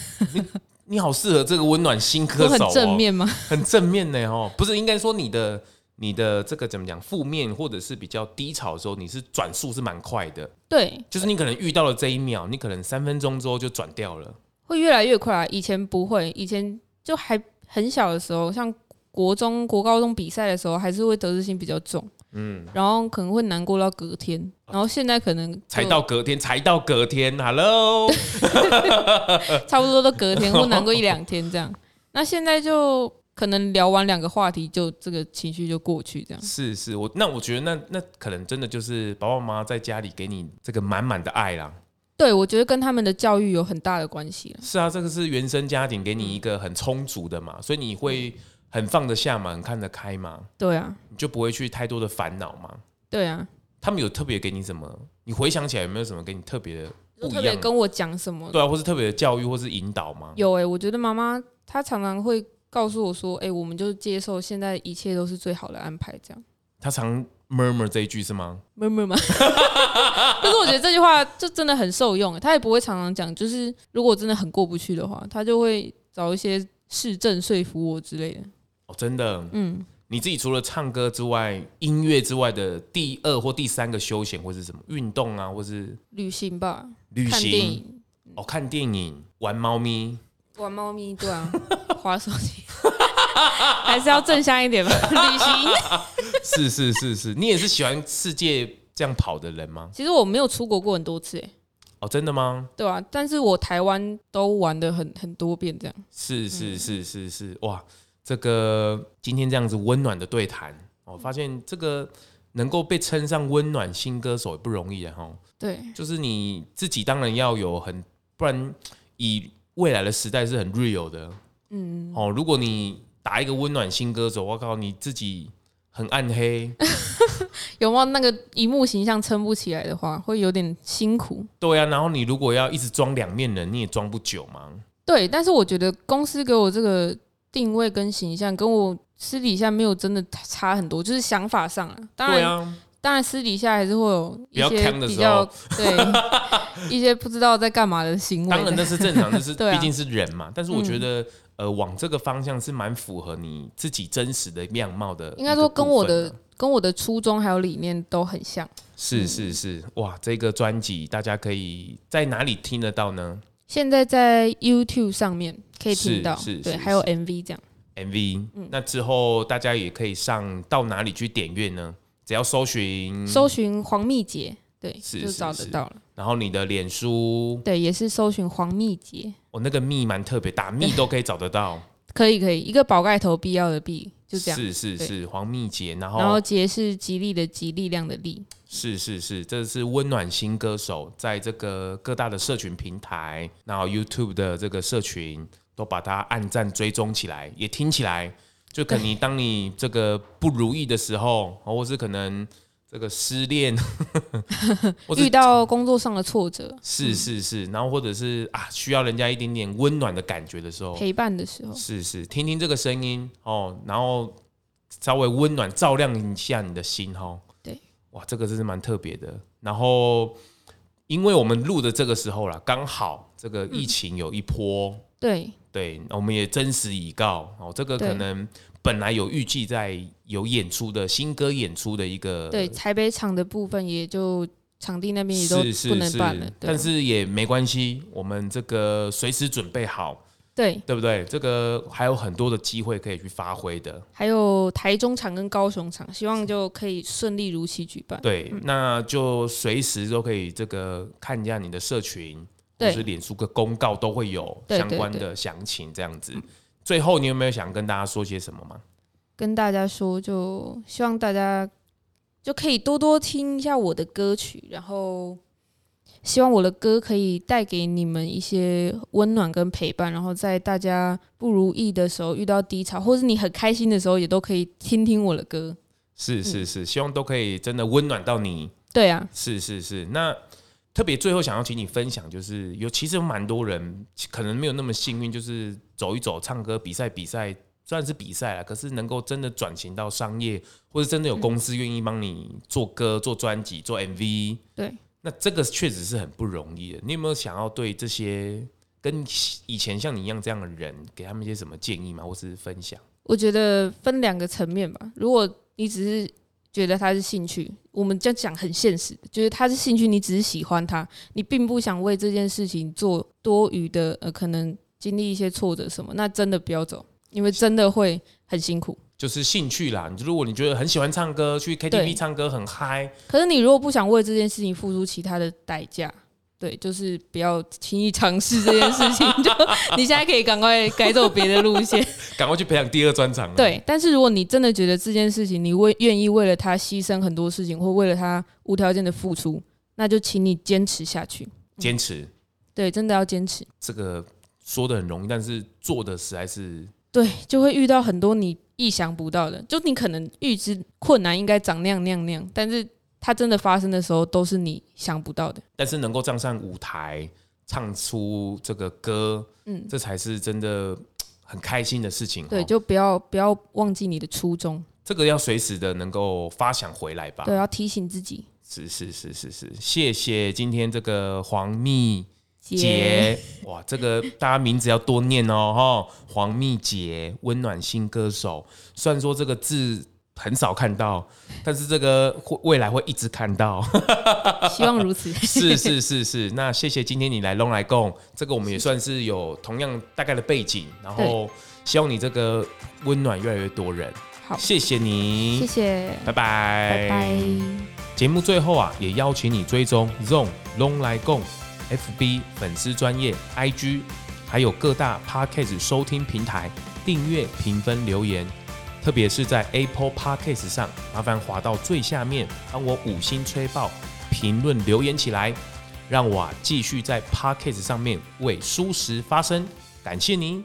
Speaker 1: 你好适合这个温暖新
Speaker 2: 我
Speaker 1: 歌
Speaker 2: 很
Speaker 1: 手、哦，
Speaker 2: 正面吗？ <laughs>
Speaker 1: 很正面呢哦，不是应该说你的你的这个怎么讲，负面或者是比较低潮的时候，你是转速是蛮快的，
Speaker 2: 对，
Speaker 1: 就是你可能遇到了这一秒，你可能三分钟之后就转掉了。
Speaker 2: 会越来越快、啊。以前不会，以前就还很小的时候，像国中、国高中比赛的时候，还是会得失心比较重，
Speaker 1: 嗯，啊
Speaker 2: 然后可能会难过到隔天，然后现在可能就
Speaker 1: 才到隔天，才到隔天，Hello，
Speaker 2: 差不多都隔天或难过一两天这样。 <laughs> 那现在就可能聊完两个话题，就这个情绪就过去这样。
Speaker 1: 是是，我那我觉得那那可能真的就是爸爸妈妈在家里给你这个满满的爱啦。
Speaker 2: 对，我觉得跟他们的教育有很大的关系了。
Speaker 1: 是啊，这个是原生家庭给你一个很充足的嘛，所以你会很放得下嘛，很看得开嘛，
Speaker 2: 对啊，
Speaker 1: 你就不会去太多的烦恼嘛。
Speaker 2: 对啊，
Speaker 1: 他们有特别给你什么？你回想起来有没有什么给你特别的
Speaker 2: 就
Speaker 1: 不
Speaker 2: 特
Speaker 1: 一
Speaker 2: 别
Speaker 1: 样的？
Speaker 2: 跟我讲什么
Speaker 1: 对啊，或是特别的教育，或是引导吗？
Speaker 2: 有哎、我觉得妈妈她常常会告诉我说：“哎、我们就接受现在一切都是最好的安排。”这样，
Speaker 1: 他常 murmur 这一句是吗？
Speaker 2: 没有没有 <laughs> 嘛。但是我觉得这句话就真的很受用欸、她也不会常常讲，就是如果真的很过不去的话，她就会找一些市政说服我之类的。
Speaker 1: 哦，真的，
Speaker 2: 嗯，
Speaker 1: 你自己除了唱歌之外，音乐之外的第二或第三个休闲会是什么？运动啊，或是
Speaker 2: 旅行吧，
Speaker 1: 旅
Speaker 2: 看电
Speaker 1: 行？
Speaker 2: 影、
Speaker 1: 哦，看电影、玩猫咪。
Speaker 2: 玩猫咪，对啊， <laughs> 划手机， <laughs> 还是要正向一点吧。 <laughs>
Speaker 1: <laughs>
Speaker 2: 旅行，
Speaker 1: 是是是是，你也是喜欢世界这样跑的人吗？
Speaker 2: 其实我没有出国过很多次、欸，
Speaker 1: 哦，真的吗？
Speaker 2: 对啊，但是我台湾都玩的很很多遍这样。
Speaker 1: 是
Speaker 2: 嗯
Speaker 1: 是是是是，哇，这个今天这样子温暖的对谈，我、发现这个能够被称上温暖新歌手也不容易啊哈。
Speaker 2: 对，
Speaker 1: 就是你自己当然要有很，不然以未来的时代是很 real 的
Speaker 2: 嗯，
Speaker 1: 哦。如果你打一个温暖新歌手，我靠，你自己很暗黑，
Speaker 2: 有没有那个荧幕形象撑不起来的话，会有点辛苦。
Speaker 1: 对啊。然后你如果要一直装两面人，你也装不久嘛。
Speaker 2: 对，但是我觉得公司给我这个定位跟形象，跟我私底下没有真的差很多，就是想法上啊。当
Speaker 1: 对
Speaker 2: 然，
Speaker 1: 啊，
Speaker 2: 当然私底下还是会有一
Speaker 1: 比较
Speaker 2: 些
Speaker 1: 坑的
Speaker 2: 比
Speaker 1: 时候
Speaker 2: 较对 <laughs> 一些不知道在干嘛的行为
Speaker 1: 当然
Speaker 2: 的。
Speaker 1: 那是正常，那是
Speaker 2: 对啊嗯
Speaker 1: 毕竟是人嘛。但是我觉得，呃，往这个方向是蛮符合你自己真实的样貌的一个部分啊。啊
Speaker 2: 应该说跟我的跟我的初衷还有理念都很像。
Speaker 1: 是是是，哇，这个专辑大家可以在哪里听得到呢
Speaker 2: 现在在 YouTube 上面可以
Speaker 1: 是
Speaker 2: 听到
Speaker 1: 是，
Speaker 2: 对，
Speaker 1: 是
Speaker 2: 还有
Speaker 1: 是
Speaker 2: MV 这样。
Speaker 1: ？MV，、那
Speaker 2: 嗯
Speaker 1: 之后大家也可以上到哪里去点阅呢？只要搜寻，
Speaker 2: 搜寻黄密杰，对，
Speaker 1: 嗯是
Speaker 2: 就是找得
Speaker 1: 是
Speaker 2: 到了。
Speaker 1: 然后你的脸书，
Speaker 2: 对，也是搜寻黄密杰，
Speaker 1: 哦，那个密蛮特别，
Speaker 2: <laughs>
Speaker 1: 打密都可以找得到。
Speaker 2: 可以可以，一个宝盖头必要的必，就这样。
Speaker 1: 是哦是
Speaker 2: 对
Speaker 1: 是，黄密杰，然
Speaker 2: 然后
Speaker 1: 后
Speaker 2: 杰是吉利的吉，力量的力。
Speaker 1: 是是是，这是温暖新歌手在这个各大的社群平台，然后 YouTube 的这个社群都把它按赞追踪起来，也听起来。就可能你当你这个不如意的时候，哦或是可能这个失恋，或是
Speaker 2: 遇到工作上的挫折，
Speaker 1: 是是是，然后或者是啊需要人家一点点温暖的感觉的时候，
Speaker 2: 陪伴的时候，
Speaker 1: 是是，听听这个声音哦，然后稍微温暖照亮一下你的心哦。
Speaker 2: 对，
Speaker 1: 哇，这个真是蛮特别的。然后，因为我们录的这个时候啦，刚好这
Speaker 2: 嗯
Speaker 1: 个疫情有一波，
Speaker 2: 对
Speaker 1: 对，我们也真实以告哦。这个可
Speaker 2: 对
Speaker 1: 能本来有预计在有演出的新歌演出的一个
Speaker 2: 对，台北场的部分也就场地那边也都
Speaker 1: 是是
Speaker 2: 不能
Speaker 1: 是
Speaker 2: 办了，，对啊
Speaker 1: 但是也没关系，我们这个随时准备好，
Speaker 2: 对，
Speaker 1: 对不对？这个还有很多的机会可以去发挥的。
Speaker 2: 还有台中场跟高雄场，希望就可以顺利如期举办。
Speaker 1: 对，那就随时都可以这个看一下你的社群，或
Speaker 2: 对
Speaker 1: 是脸书个公告都会有
Speaker 2: 对
Speaker 1: 相
Speaker 2: 对
Speaker 1: 关
Speaker 2: 对
Speaker 1: 的详情这样子。最后，你有没有想跟大家说些什么吗？
Speaker 2: 跟大家说，就希望大家就可以多多听一下我的歌曲，然后希望我的歌可以带给你们一些温暖跟陪伴，然后在大家不如意的时候、遇到低潮，或是你很开心的时候，也都可以听听我的歌。
Speaker 1: 是
Speaker 2: 嗯
Speaker 1: 是是，希望都可以真的温暖到你。
Speaker 2: 对啊，
Speaker 1: 是是是，那特别最后想要请你分享，就是有其实有蛮多人可能没有那么幸运，就是走一走唱歌比赛比赛。虽然是比赛啦，可是能够真的转型到商业，或者真的有公司愿意帮你做歌、做专辑、做 MV，
Speaker 2: 对，
Speaker 1: 那这个确实是很不容易的。你有没有想要对这些跟以前像你一样这样的人，给他们一些什么建议吗？或是分享？
Speaker 2: 我觉得分两个层面吧。如果你只是觉得它是兴趣，我们就讲很现实，就是它是兴趣，你只是喜欢它，你并不想为这件事情做多余的，呃，可能经历一些挫折什么，那真的不要走，因为真的会很辛苦。
Speaker 1: 就是兴趣啦。你如果你觉得很喜欢唱歌，去 KTV
Speaker 2: 对
Speaker 1: 唱歌很嗨，
Speaker 2: 可是你如果不想为这件事情付出其他的代价，对，就是不要轻易尝试这件事情。就 <laughs> 你现在可以赶快改走别的路线，
Speaker 1: 赶快去培养第二专啊场。，
Speaker 2: 对，但是如果你真的觉得这件事情，你为愿意为了他牺牲很多事情，或为了他无条件的付出，那就请你坚持下去。
Speaker 1: 坚持
Speaker 2: 对，真的要坚持。
Speaker 1: 这个说的很容易，但是做的实在是
Speaker 2: 对，就会遇到很多你意想不到的，就你可能预知困难应该长那样那样那样，但是它真的发生的时候，都是你想不到的。
Speaker 1: 但是能够站上舞台唱出这个歌，
Speaker 2: 嗯，
Speaker 1: 这才是真的很开心的事情。
Speaker 2: 对，
Speaker 1: 哦
Speaker 2: 就不要不要忘记你的初衷，
Speaker 1: 这个要随时的能够发想回来吧。
Speaker 2: 对，要提醒自己。
Speaker 1: 是是是是是，谢谢今天这个黄蜜
Speaker 2: 姐
Speaker 1: 姐，哇，这个大家名字要多念哦哈，黄蜜姐，温暖新歌手，虽然说这个字很少看到，但是这个会未来会一直看到，
Speaker 2: 希望如此。
Speaker 1: <laughs> 是是是是，那谢谢今天你来龙来共，这个我们也算是有同样大概的背景，然后希望你这个温暖越来越多人，
Speaker 2: 好，
Speaker 1: 谢谢你，
Speaker 2: 谢谢，
Speaker 1: 拜拜，
Speaker 2: 拜拜。
Speaker 1: 节目最后啊，也邀请你追踪 Zone 龙来共 FB 粉丝专业 IG，还有各大 Podcast 收听平台订阅、评分、留言。特别是在 Apple Podcast 上，麻烦滑到最下面，帮我五星吹爆，评论留言起来，让我啊继续在 Podcast 上面为舒适发声。感谢您。